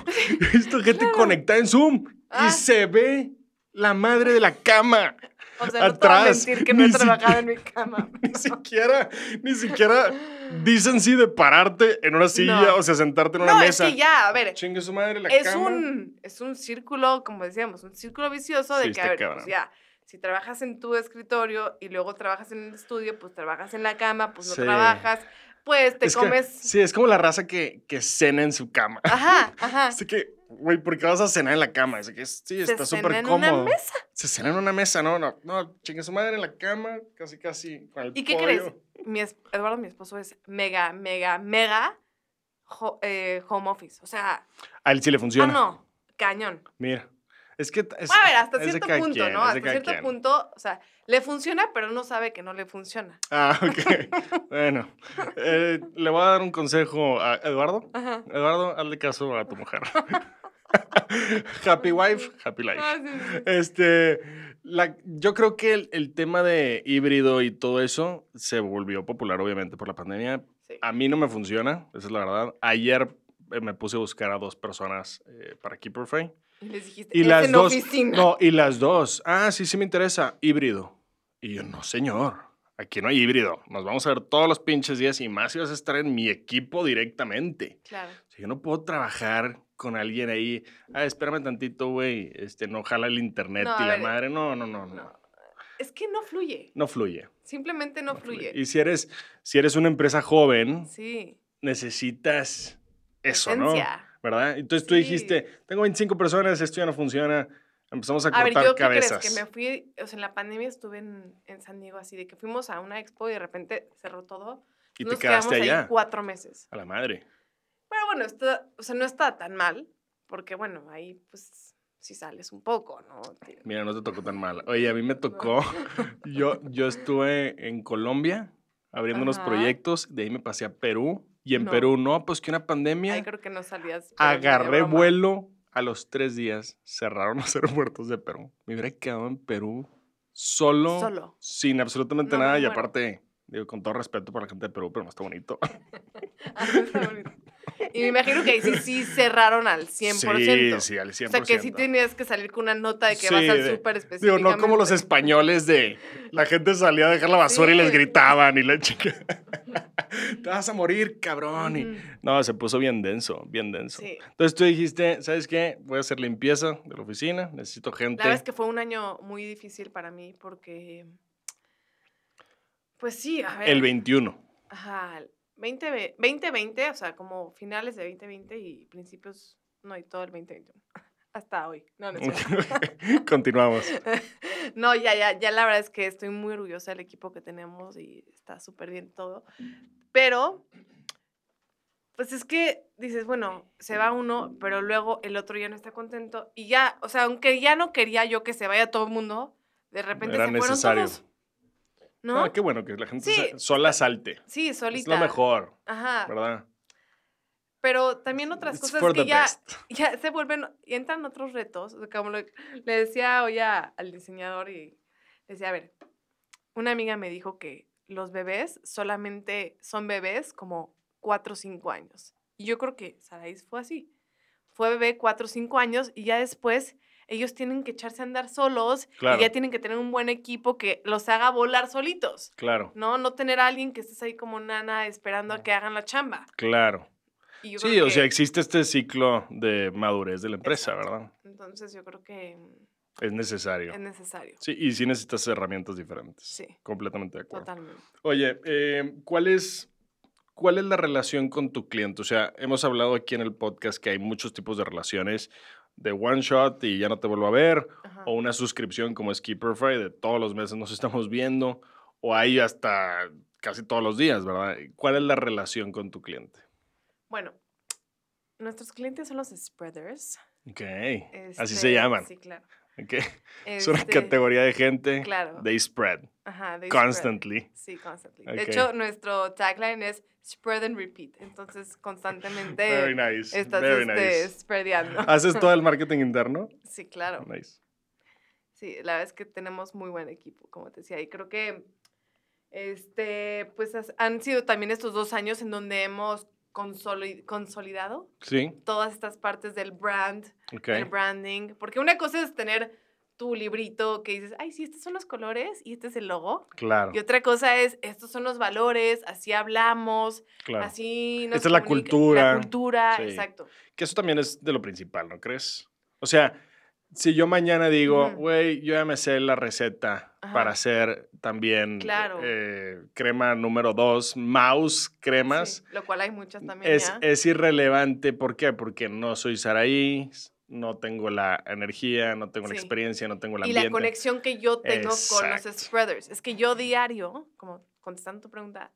Speaker 1: he visto gente
Speaker 2: (laughs)
Speaker 1: conectada en Zoom
Speaker 2: Ah.
Speaker 1: y se ve la madre de la
Speaker 2: (laughs)
Speaker 1: cama.
Speaker 2: O sea, no te voy a
Speaker 1: atrás,
Speaker 2: mentir que no he
Speaker 1: ni
Speaker 2: trabajado en mi cama.
Speaker 1: Ni siquiera, ni siquiera dicen sí de pararte en una silla
Speaker 2: No.
Speaker 1: o sea, sentarte en (laughs) una
Speaker 2: No, es
Speaker 1: mesa.
Speaker 2: que ya, a ver,
Speaker 1: Chingue su madre la
Speaker 2: es
Speaker 1: cama.
Speaker 2: un, es un círculo, como decíamos, un círculo vicioso de
Speaker 1: Sí,
Speaker 2: que,
Speaker 1: está
Speaker 2: a ver,
Speaker 1: cabrón.
Speaker 2: pues ya, si trabajas en tu escritorio y luego trabajas en el estudio, pues trabajas en la cama, pues no
Speaker 1: Sí.
Speaker 2: trabajas, pues te
Speaker 1: Es que-
Speaker 2: comes.
Speaker 1: sí, es como la raza que, que cena en su cama.
Speaker 2: Ajá, ajá.
Speaker 1: Así que, güey, ¿por qué vas a cenar en la cama? Así que, sí,
Speaker 2: Se
Speaker 1: está
Speaker 2: cena
Speaker 1: súper
Speaker 2: en
Speaker 1: cómodo.
Speaker 2: una mesa.
Speaker 1: Se cena en una mesa, no, no, no, chingue su madre en la cama, casi, casi. Con el
Speaker 2: ¿Y qué
Speaker 1: pollo.
Speaker 2: crees? Mi es- Eduardo, mi esposo, es mega, mega, mega jo- eh, home office. O sea,
Speaker 1: A él sí le
Speaker 2: ah,
Speaker 1: funciona.
Speaker 2: no, cañón.
Speaker 1: Mira. Es que. t- es-
Speaker 2: a ver, hasta
Speaker 1: es de
Speaker 2: cierto
Speaker 1: cada
Speaker 2: punto,
Speaker 1: quien,
Speaker 2: ¿no?
Speaker 1: es de
Speaker 2: Hasta
Speaker 1: cada
Speaker 2: cierto
Speaker 1: quien.
Speaker 2: punto, o sea, le funciona, pero no sabe que no le funciona.
Speaker 1: Ah,
Speaker 2: (laughs)
Speaker 1: ok. bueno. eh, le voy a dar un consejo a Eduardo.
Speaker 2: Ajá.
Speaker 1: Eduardo, hazle caso a tu
Speaker 2: (laughs)
Speaker 1: mujer. happy wife, happy life.
Speaker 2: Ah, sí, sí, sí.
Speaker 1: Este, la- yo creo que el, el tema de híbrido y todo eso se volvió popular, obviamente, por la pandemia.
Speaker 2: Sí.
Speaker 1: A mí no me funciona, esa es la verdad. Ayer eh, me puse a buscar a dos personas eh, para Keeperframe.
Speaker 2: Y (laughs) les dijiste,
Speaker 1: Y
Speaker 2: "Es
Speaker 1: las
Speaker 2: en
Speaker 1: dos.
Speaker 2: oficina.
Speaker 1: No, y las dos. Ah, sí, sí me interesa. Híbrido. Y yo, no, señor. Aquí no hay híbrido. Nos vamos a ver todos los pinches días y más si vas a estar en mi equipo directamente.
Speaker 2: Claro.
Speaker 1: O sea, yo no puedo trabajar con alguien ahí, ah, espérame tantito, güey, este, no jala el internet
Speaker 2: No,
Speaker 1: y
Speaker 2: a
Speaker 1: la
Speaker 2: ver.
Speaker 1: madre, no, no, no, no,
Speaker 2: No. Es que no fluye.
Speaker 1: no fluye.
Speaker 2: Simplemente no, fluye.
Speaker 1: Y si eres, si eres una empresa joven,
Speaker 2: Sí.
Speaker 1: necesitas eso, ¿no?
Speaker 2: Esencia.
Speaker 1: ¿Verdad? Entonces tú
Speaker 2: Sí.
Speaker 1: dijiste, tengo 25 personas, esto ya no funciona, empezamos a,
Speaker 2: A ver,
Speaker 1: cortar
Speaker 2: yo qué
Speaker 1: cabezas.
Speaker 2: crees que me fui, o sea, en la pandemia estuve en, en San Diego así de que fuimos a una expo y de repente cerró todo.
Speaker 1: Y
Speaker 2: Nos
Speaker 1: te quedaste
Speaker 2: quedamos
Speaker 1: allá.
Speaker 2: Ahí cuatro meses.
Speaker 1: A la madre.
Speaker 2: Pero bueno, está, o sea, no está tan mal, porque bueno, ahí pues sí sales un poco, (laughs) ¿no? Te-
Speaker 1: Mira, no te tocó tan mal. Oye, a mí me tocó. Yo, yo estuve en Colombia abriendo unos
Speaker 2: Ajá.
Speaker 1: proyectos, de ahí me pasé a Perú. Y en
Speaker 2: No.
Speaker 1: Perú, no, pues que una pandemia.
Speaker 2: (laughs) Ahí creo que no salías. pero ni de
Speaker 1: Agarré
Speaker 2: broma.
Speaker 1: vuelo a los tres días. Cerraron (laughs) los aeropuertos de Perú. Me hubiera quedado en Perú solo.
Speaker 2: Solo. (laughs)
Speaker 1: Sin absolutamente
Speaker 2: No, me
Speaker 1: nada. Y
Speaker 2: muero.
Speaker 1: aparte, digo, con todo respeto para la gente de Perú, pero no está bonito. (laughs)
Speaker 2: Ah, está bonito. y me imagino que ahí sí, sí cerraron al 100%.
Speaker 1: Sí, sí, al 100%.
Speaker 2: O sea, que sí tenías que salir con una nota de que
Speaker 1: Sí,
Speaker 2: vas al
Speaker 1: de-
Speaker 2: súper
Speaker 1: Digo,
Speaker 2: específicamente.
Speaker 1: no como los españoles de la gente salía a dejar la basura y les
Speaker 2: Sí.
Speaker 1: gritaban y la
Speaker 2: (laughs)
Speaker 1: chica. Te vas a morir, cabrón. y-
Speaker 2: Ujú.
Speaker 1: No, se puso bien denso, bien denso.
Speaker 2: Sí.
Speaker 1: Entonces tú dijiste, ¿sabes qué? Voy a hacer limpieza de la oficina, necesito gente.
Speaker 2: La verdad es que fue un año muy difícil para mí porque. Pues sí, a ver.
Speaker 1: El 21.
Speaker 2: Ajá, el 20, ve- 2020, o sea, como finales de 2020 y principios, no, y todo el 2021. (laughs) Hasta hoy. No, no, es cierto.
Speaker 1: (laughs) Continuamos.
Speaker 2: (laughs) no ya, ya, ya la verdad es que estoy muy orgullosa del equipo que tenemos y está súper bien todo. Pero, pues es que dices, bueno, se va uno, pero luego el otro ya no está contento. Y ya, o sea, aunque ya no quería yo que se vaya todo el mundo, de repente
Speaker 1: Era
Speaker 2: se
Speaker 1: necesario.
Speaker 2: fueron todos. ¿No?
Speaker 1: Ah, qué bueno que la gente
Speaker 2: Sí.
Speaker 1: se- sola salte.
Speaker 2: Sí, solita.
Speaker 1: Es lo mejor,
Speaker 2: Ajá.
Speaker 1: ¿verdad?
Speaker 2: Pero también otras
Speaker 1: It's
Speaker 2: cosas
Speaker 1: for
Speaker 2: que
Speaker 1: the
Speaker 2: ya,
Speaker 1: best.
Speaker 2: ya se vuelven, y entran otros retos. o sea, Como lo- le decía hoy a- al diseñador y le decía, a ver, una amiga me dijo que los bebés solamente son bebés como 4 o 5 años. Y yo creo que Saraís fue así. Fue bebé 4 o 5 años y ya después ellos tienen que echarse a andar solos
Speaker 1: Claro.
Speaker 2: y ya tienen que tener un buen equipo que los haga volar solitos.
Speaker 1: Claro,
Speaker 2: No, no tener a alguien que estés ahí como nana esperando a que hagan la chamba.
Speaker 1: claro.
Speaker 2: Y yo
Speaker 1: Sí,
Speaker 2: creo
Speaker 1: o
Speaker 2: que-
Speaker 1: sea, existe este ciclo de madurez de la empresa,
Speaker 2: Exacto.
Speaker 1: ¿verdad?
Speaker 2: Entonces yo creo que mm,
Speaker 1: Es necesario.
Speaker 2: es necesario.
Speaker 1: Sí, y sí necesitas herramientas diferentes.
Speaker 2: Sí.
Speaker 1: Completamente de acuerdo.
Speaker 2: Totalmente.
Speaker 1: Oye, eh, ¿cuál, es, ¿cuál es la relación con tu cliente? O sea, hemos hablado aquí en el podcast que hay muchos tipos de relaciones de one shot y ya no te vuelvo a ver,
Speaker 2: Ajá.
Speaker 1: o una suscripción como es Keeperfy de todos los meses nos (laughs) estamos viendo, o hay hasta casi todos los días, ¿verdad? ¿Cuál es la relación con tu cliente?
Speaker 2: Bueno, nuestros clientes son los spreaders.
Speaker 1: Ok, así
Speaker 2: este,
Speaker 1: se llaman.
Speaker 2: Sí, claro.
Speaker 1: ok. (laughs) Es una
Speaker 2: Este,
Speaker 1: categoría de gente.
Speaker 2: Claro.
Speaker 1: They spread
Speaker 2: Ajá, they spread.
Speaker 1: constantly.
Speaker 2: Sí, constantly.
Speaker 1: Ok.
Speaker 2: De hecho, nuestro tagline es spread and repeat.
Speaker 1: (laughs)
Speaker 2: Entonces,
Speaker 1: Very
Speaker 2: constantemente
Speaker 1: nice.
Speaker 2: estás
Speaker 1: very
Speaker 2: este,
Speaker 1: nice. (laughs)
Speaker 2: spreadeando.
Speaker 1: ¿Haces todo el marketing (laughs) interno?
Speaker 2: Sí, claro.
Speaker 1: Nice.
Speaker 2: Sí, la verdad es que tenemos muy buen equipo, como te decía, y creo que este, pues has- han sido también estos dos años en donde hemos consoli- consolidado
Speaker 1: Sí,
Speaker 2: todas estas partes del brand,
Speaker 1: ok.
Speaker 2: del branding, porque una cosa es tener tu librito que dices, ay, sí, estos son los colores y este es el logo,
Speaker 1: Claro,
Speaker 2: y otra cosa es, estos son los valores, así hablamos,
Speaker 1: claro.
Speaker 2: así nos
Speaker 1: Esta es la
Speaker 2: comunica-
Speaker 1: cultura.
Speaker 2: La cultura,
Speaker 1: Sí.
Speaker 2: exacto.
Speaker 1: Que eso también es de lo principal, ¿no crees? O sea, si yo mañana digo,
Speaker 2: Ujú.
Speaker 1: güey, yo ya me sé la receta
Speaker 2: Ajá.
Speaker 1: para hacer también
Speaker 2: Claro.
Speaker 1: eh, crema número 2, mouse cremas,
Speaker 2: Sí, lo cual hay muchas también
Speaker 1: es,
Speaker 2: ya.
Speaker 1: es irrelevante. ¿Por qué? Porque no soy Saraí, no tengo la energía, no tengo la
Speaker 2: Sí.
Speaker 1: experiencia, no tengo el
Speaker 2: y
Speaker 1: ambiente.
Speaker 2: la conexión que yo tengo con
Speaker 1: Exacto.
Speaker 2: los spreaders. Es que yo diario, como contestando tu pregunta,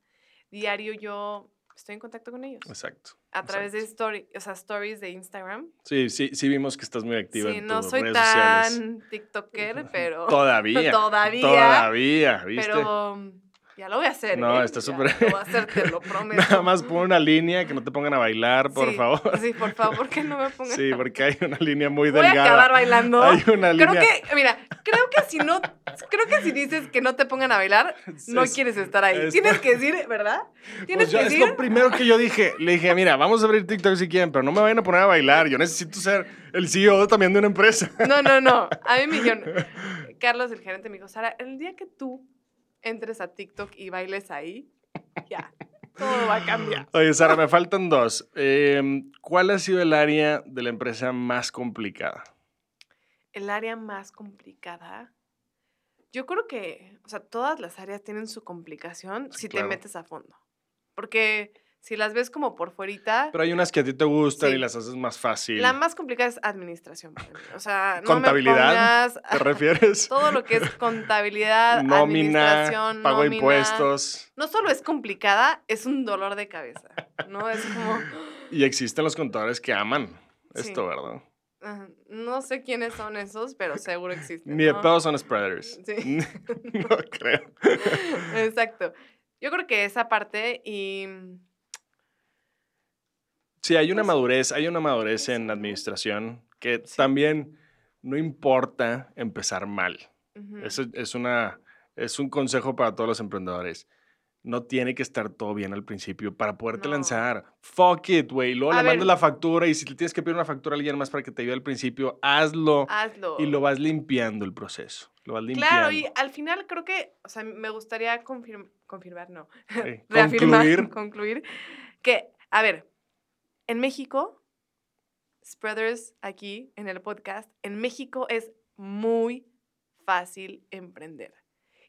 Speaker 2: diario yo estoy en contacto con ellos
Speaker 1: Exacto.
Speaker 2: a través
Speaker 1: exacto.
Speaker 2: de story, o sea, stories de Instagram.
Speaker 1: Sí, sí, sí vimos que estás muy activa
Speaker 2: Sí,
Speaker 1: en
Speaker 2: no
Speaker 1: tus
Speaker 2: soy
Speaker 1: redes
Speaker 2: tan (laughs)
Speaker 1: sociales. (laughs)
Speaker 2: TikToker, pero
Speaker 1: Todavía.
Speaker 2: Todavía.
Speaker 1: Todavía, ¿viste?
Speaker 2: pero um, ya lo voy a hacer.
Speaker 1: No,
Speaker 2: ¿eh?
Speaker 1: está
Speaker 2: Ya
Speaker 1: súper-
Speaker 2: Lo voy a hacer,
Speaker 1: (laughs)
Speaker 2: te lo prometo.
Speaker 1: Nada más pon una línea, que no te pongan a bailar, por
Speaker 2: Sí,
Speaker 1: favor.
Speaker 2: Sí, por favor, que no me pongan.
Speaker 1: Sí, porque hay una línea muy
Speaker 2: voy a acabar
Speaker 1: delgada.
Speaker 2: bailando.
Speaker 1: Hay una
Speaker 2: Creo
Speaker 1: línea.
Speaker 2: que, mira, creo que si no, creo que si dices que no te pongan a bailar,
Speaker 1: (laughs)
Speaker 2: no
Speaker 1: Es-
Speaker 2: quieres estar ahí.
Speaker 1: es-
Speaker 2: Tienes que decir, ¿verdad? Tienes
Speaker 1: Pues yo-
Speaker 2: que
Speaker 1: es
Speaker 2: decir.
Speaker 1: lo primero que yo dije. Le dije, mira, vamos a abrir TikTok si quieren, pero no me vayan a poner a bailar. Yo necesito ser el CEO también de una
Speaker 2: (laughs)
Speaker 1: empresa.
Speaker 2: No, no, no. A
Speaker 1: (laughs)
Speaker 2: mí me dijeron, Carlos, el gerente, me dijo, Sara, el día que tú entres a TikTok y bailes ahí, ya. Todo va a cambiar.
Speaker 1: Oye, Sara, me faltan dos. Eh, ¿Cuál ha sido el área de la empresa más complicada?
Speaker 2: El área más complicada. Yo creo que, o sea, todas las áreas tienen su complicación
Speaker 1: Sí,
Speaker 2: si
Speaker 1: claro.
Speaker 2: te metes a fondo. Porque si las ves como por fuerita,
Speaker 1: Pero hay unas que a ti te gustan
Speaker 2: Sí.
Speaker 1: y las haces más fácil.
Speaker 2: la más complicada es administración. para mí. O sea, no
Speaker 1: ¿Contabilidad?
Speaker 2: me pongas (laughs)
Speaker 1: ¿Te refieres?
Speaker 2: todo lo que es contabilidad,
Speaker 1: nómina,
Speaker 2: administración,
Speaker 1: pago de
Speaker 2: nómina.
Speaker 1: impuestos.
Speaker 2: No solo es complicada, es un dolor de cabeza, ¿no? Es como, (gasps)
Speaker 1: Y existen los contadores que aman
Speaker 2: Sí.
Speaker 1: esto, ¿verdad?
Speaker 2: ah, no sé quiénes son esos, pero seguro existen.
Speaker 1: Ni de
Speaker 2: ¿no?
Speaker 1: pedo son spreaders.
Speaker 2: (laughs) Sí.
Speaker 1: (laughs) no creo.
Speaker 2: Exacto. Yo creo que esa parte y mm,
Speaker 1: Sí, hay una
Speaker 2: Pues,
Speaker 1: madurez, hay una madurez
Speaker 2: eso,
Speaker 1: en
Speaker 2: ¿no?
Speaker 1: administración que
Speaker 2: Sí.
Speaker 1: también no importa empezar mal.
Speaker 2: ujú,
Speaker 1: Eso es, una, es un consejo para todos los emprendedores. No tiene que estar todo bien al principio para poderte
Speaker 2: No.
Speaker 1: lanzar. Fuck it, güey. Luego le
Speaker 2: A ver.
Speaker 1: mandas la factura y si le tienes que pedir una factura a alguien más para que te ayude al principio, hazlo
Speaker 2: hazlo.
Speaker 1: y lo vas limpiando el proceso. Lo vas limpiando.
Speaker 2: Ah, oh. Claro, y al final creo que, o sea, me gustaría confirm- confirmar, no,
Speaker 1: Sí.
Speaker 2: (laughs) reafirmar,
Speaker 1: Concluir.
Speaker 2: concluir. que, a ver, en México, Spreaders aquí en el podcast, en México es muy fácil emprender.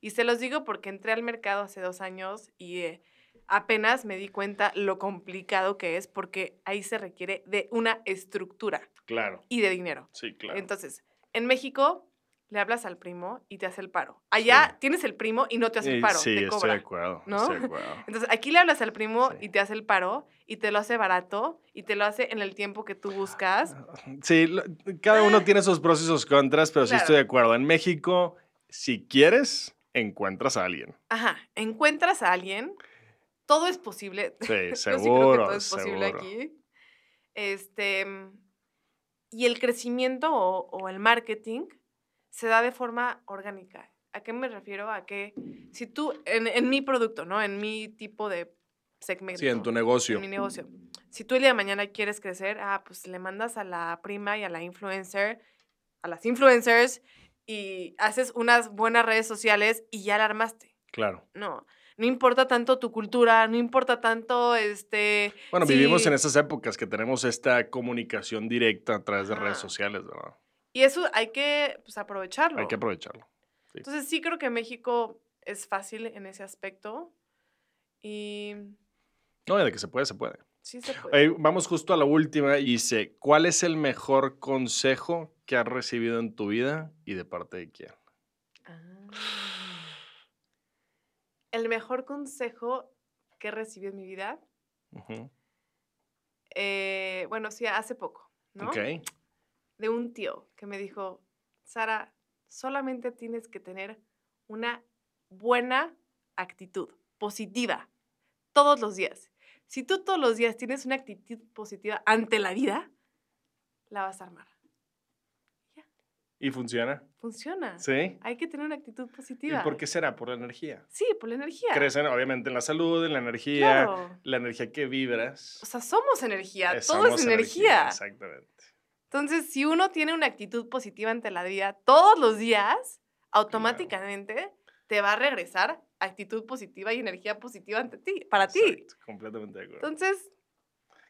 Speaker 2: Y se los digo porque entré al mercado hace dos años y eh, apenas me di cuenta lo complicado que es porque ahí se requiere de una estructura
Speaker 1: Claro,
Speaker 2: y de dinero.
Speaker 1: sí, claro.
Speaker 2: Entonces, en México le hablas al primo y te hace el paro. Allá
Speaker 1: Sí.
Speaker 2: tienes el primo y no te hace
Speaker 1: Eh,
Speaker 2: el paro,
Speaker 1: sí,
Speaker 2: te
Speaker 1: estoy
Speaker 2: cobra.
Speaker 1: de acuerdo.
Speaker 2: ¿no?
Speaker 1: Estoy
Speaker 2: (laughs)
Speaker 1: de acuerdo.
Speaker 2: Entonces, aquí le hablas al primo
Speaker 1: Sí.
Speaker 2: y te hace el paro y te lo hace barato y te lo hace en el tiempo que tú buscas.
Speaker 1: Sí, lo- cada uno tiene sus pros y sus contras, pero sí
Speaker 2: Eh. Claro.
Speaker 1: estoy de acuerdo. En México, si quieres, encuentras a alguien.
Speaker 2: Ajá, encuentras a alguien, todo es posible. (laughs)
Speaker 1: Sí,
Speaker 2: Yo sí creo que
Speaker 1: seguro,
Speaker 2: todo es posible
Speaker 1: seguro.
Speaker 2: aquí. Este, y el crecimiento o, o el marketing se da de forma orgánica. ¿A qué me refiero? A que si tú, en, en mi producto, ¿no? En mi tipo de segmento.
Speaker 1: Sí, en tu negocio.
Speaker 2: en mi negocio. Si tú el día de mañana quieres crecer, ah, pues le mandas a la prima y a la influencer, a las influencers, y haces unas buenas redes sociales y ya la armaste.
Speaker 1: Claro.
Speaker 2: No, no importa tanto tu cultura, no importa tanto este...
Speaker 1: Bueno, vivimos
Speaker 2: Sí.
Speaker 1: en esas épocas que tenemos esta comunicación directa a través de redes
Speaker 2: Ajá.
Speaker 1: sociales, ¿verdad?
Speaker 2: Y eso hay que pues, aprovecharlo.
Speaker 1: Hay que aprovecharlo.
Speaker 2: Entonces sí creo que México es fácil en ese aspecto y
Speaker 1: No, de que se puede, se puede.
Speaker 2: sí se puede.
Speaker 1: Ahí vamos justo a la última y dice, ¿cuál es el mejor consejo que has recibido en tu vida y de parte de quién?
Speaker 2: Ah. El mejor consejo que recibí en mi vida,
Speaker 1: Ujú.
Speaker 2: eh, bueno, sí, hace poco, ¿no?
Speaker 1: Ok.
Speaker 2: De un tío que me dijo, Sara, solamente tienes que tener una buena actitud, positiva, todos los días. Si tú todos los días tienes una actitud positiva ante la vida, la vas a armar.
Speaker 1: ¿Y funciona?
Speaker 2: Funciona.
Speaker 1: Sí.
Speaker 2: Hay que tener una actitud
Speaker 1: ¿Y
Speaker 2: positiva.
Speaker 1: por qué será? Por la energía.
Speaker 2: Sí, por la energía.
Speaker 1: Crecen, obviamente, en la salud, en la energía,
Speaker 2: Claro.
Speaker 1: la energía que vibras.
Speaker 2: O sea, somos energía,
Speaker 1: Eh,
Speaker 2: todo
Speaker 1: somos
Speaker 2: es energía.
Speaker 1: Exactamente.
Speaker 2: Entonces, si uno tiene una actitud positiva ante la vida todos los días, automáticamente te va a regresar actitud positiva y energía positiva ante ti, para ti.
Speaker 1: Exacto, Completamente de acuerdo.
Speaker 2: Entonces,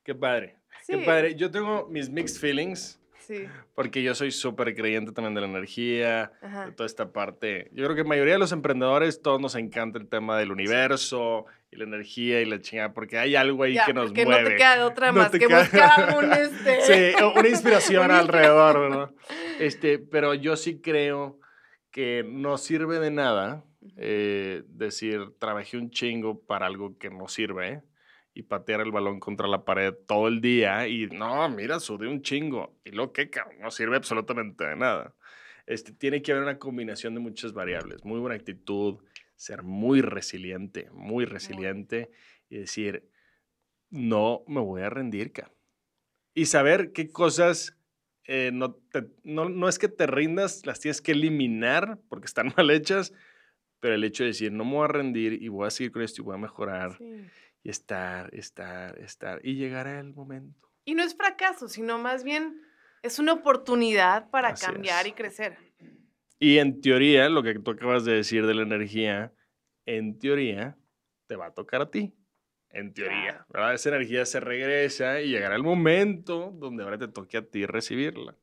Speaker 1: qué padre.
Speaker 2: sí.
Speaker 1: Qué padre. Yo tengo mis mixed feelings
Speaker 2: Sí,
Speaker 1: porque yo soy súper creyente también de la energía, de
Speaker 2: ajá.
Speaker 1: toda esta parte. Yo creo que la mayoría de los emprendedores, todos nos encanta el tema del universo y la energía y la chingada, porque hay algo ahí
Speaker 2: Ya,
Speaker 1: que nos
Speaker 2: porque
Speaker 1: mueve.
Speaker 2: no te queda de otra
Speaker 1: No
Speaker 2: más
Speaker 1: te queda-
Speaker 2: que
Speaker 1: (laughs)
Speaker 2: buscar algún este.
Speaker 1: Sí, una inspiración
Speaker 2: Una
Speaker 1: alrededor,
Speaker 2: (laughs)
Speaker 1: ¿no? Este, pero yo sí creo que no sirve de nada
Speaker 2: Ujú.
Speaker 1: eh, decir, trabajé un chingo para algo que no sirve ¿eh? y patear el balón contra la pared todo el día y no, mira, sudé un chingo. Y lo que, cabrón, no sirve absolutamente de nada. Este, tiene que haber una combinación de muchas variables, muy buena actitud, ser muy resiliente, muy resiliente y decir, no me voy a rendir, ca. Y saber qué cosas eh, no, te- no, no es que te rindas, las tienes que eliminar porque están (laughs) mal hechas, pero el hecho de decir, no me voy a rendir y voy a seguir con esto y voy a mejorar
Speaker 2: Sí.
Speaker 1: y estar, estar, estar y llegará el momento.
Speaker 2: Y no es fracaso, sino más bien es una oportunidad para
Speaker 1: Así
Speaker 2: cambiar
Speaker 1: es.
Speaker 2: y crecer.
Speaker 1: Y en teoría, lo que tú acabas de decir de la energía, en teoría, te va a tocar a ti. en teoría,
Speaker 2: Claro.
Speaker 1: ¿verdad? Esa energía se regresa y llegará el momento donde ahora te toque a ti recibirla.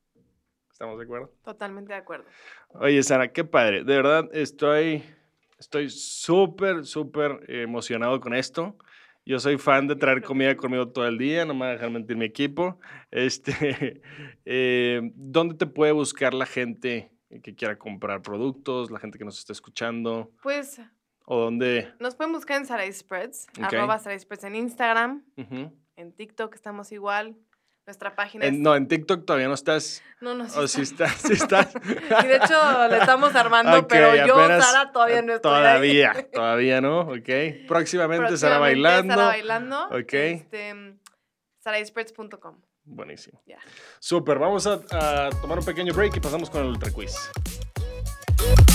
Speaker 1: ¿Estamos de acuerdo?
Speaker 2: Totalmente de acuerdo.
Speaker 1: Oye, Sara, qué padre. De verdad, estoy estoy súper, súper emocionado con esto. Yo soy fan de traer comida conmigo todo el día, no me va a dejar mentir mi equipo. Este, (laughs) eh, ¿Dónde te puede buscar la gente que quiera comprar productos, la gente que nos está escuchando?
Speaker 2: Pues
Speaker 1: ¿O dónde?
Speaker 2: nos pueden buscar en Sarai Spreads,
Speaker 1: Ok.
Speaker 2: arroba Sarai Spreads en Instagram,
Speaker 1: Ujú.
Speaker 2: en TikTok estamos igual. Nuestra página
Speaker 1: En-
Speaker 2: es...
Speaker 1: no, en TikTok todavía no estás.
Speaker 2: no, no, sí
Speaker 1: O si
Speaker 2: (laughs) está.
Speaker 1: estás, si estás.
Speaker 2: Y de hecho le estamos armando,
Speaker 1: Ok,
Speaker 2: pero yo,
Speaker 1: apenas-
Speaker 2: Sara, todavía no estoy ahí. (laughs)
Speaker 1: Todavía, todavía no, ok. Próximamente, Sara
Speaker 2: Próximamente
Speaker 1: bailando.
Speaker 2: Sara bailando.
Speaker 1: Ok.
Speaker 2: Este, saraispreads.com.
Speaker 1: Buenísimo.
Speaker 2: Ya.
Speaker 1: Súper, vamos a, a tomar un pequeño break y pasamos con el ultra quiz.
Speaker 3: Eat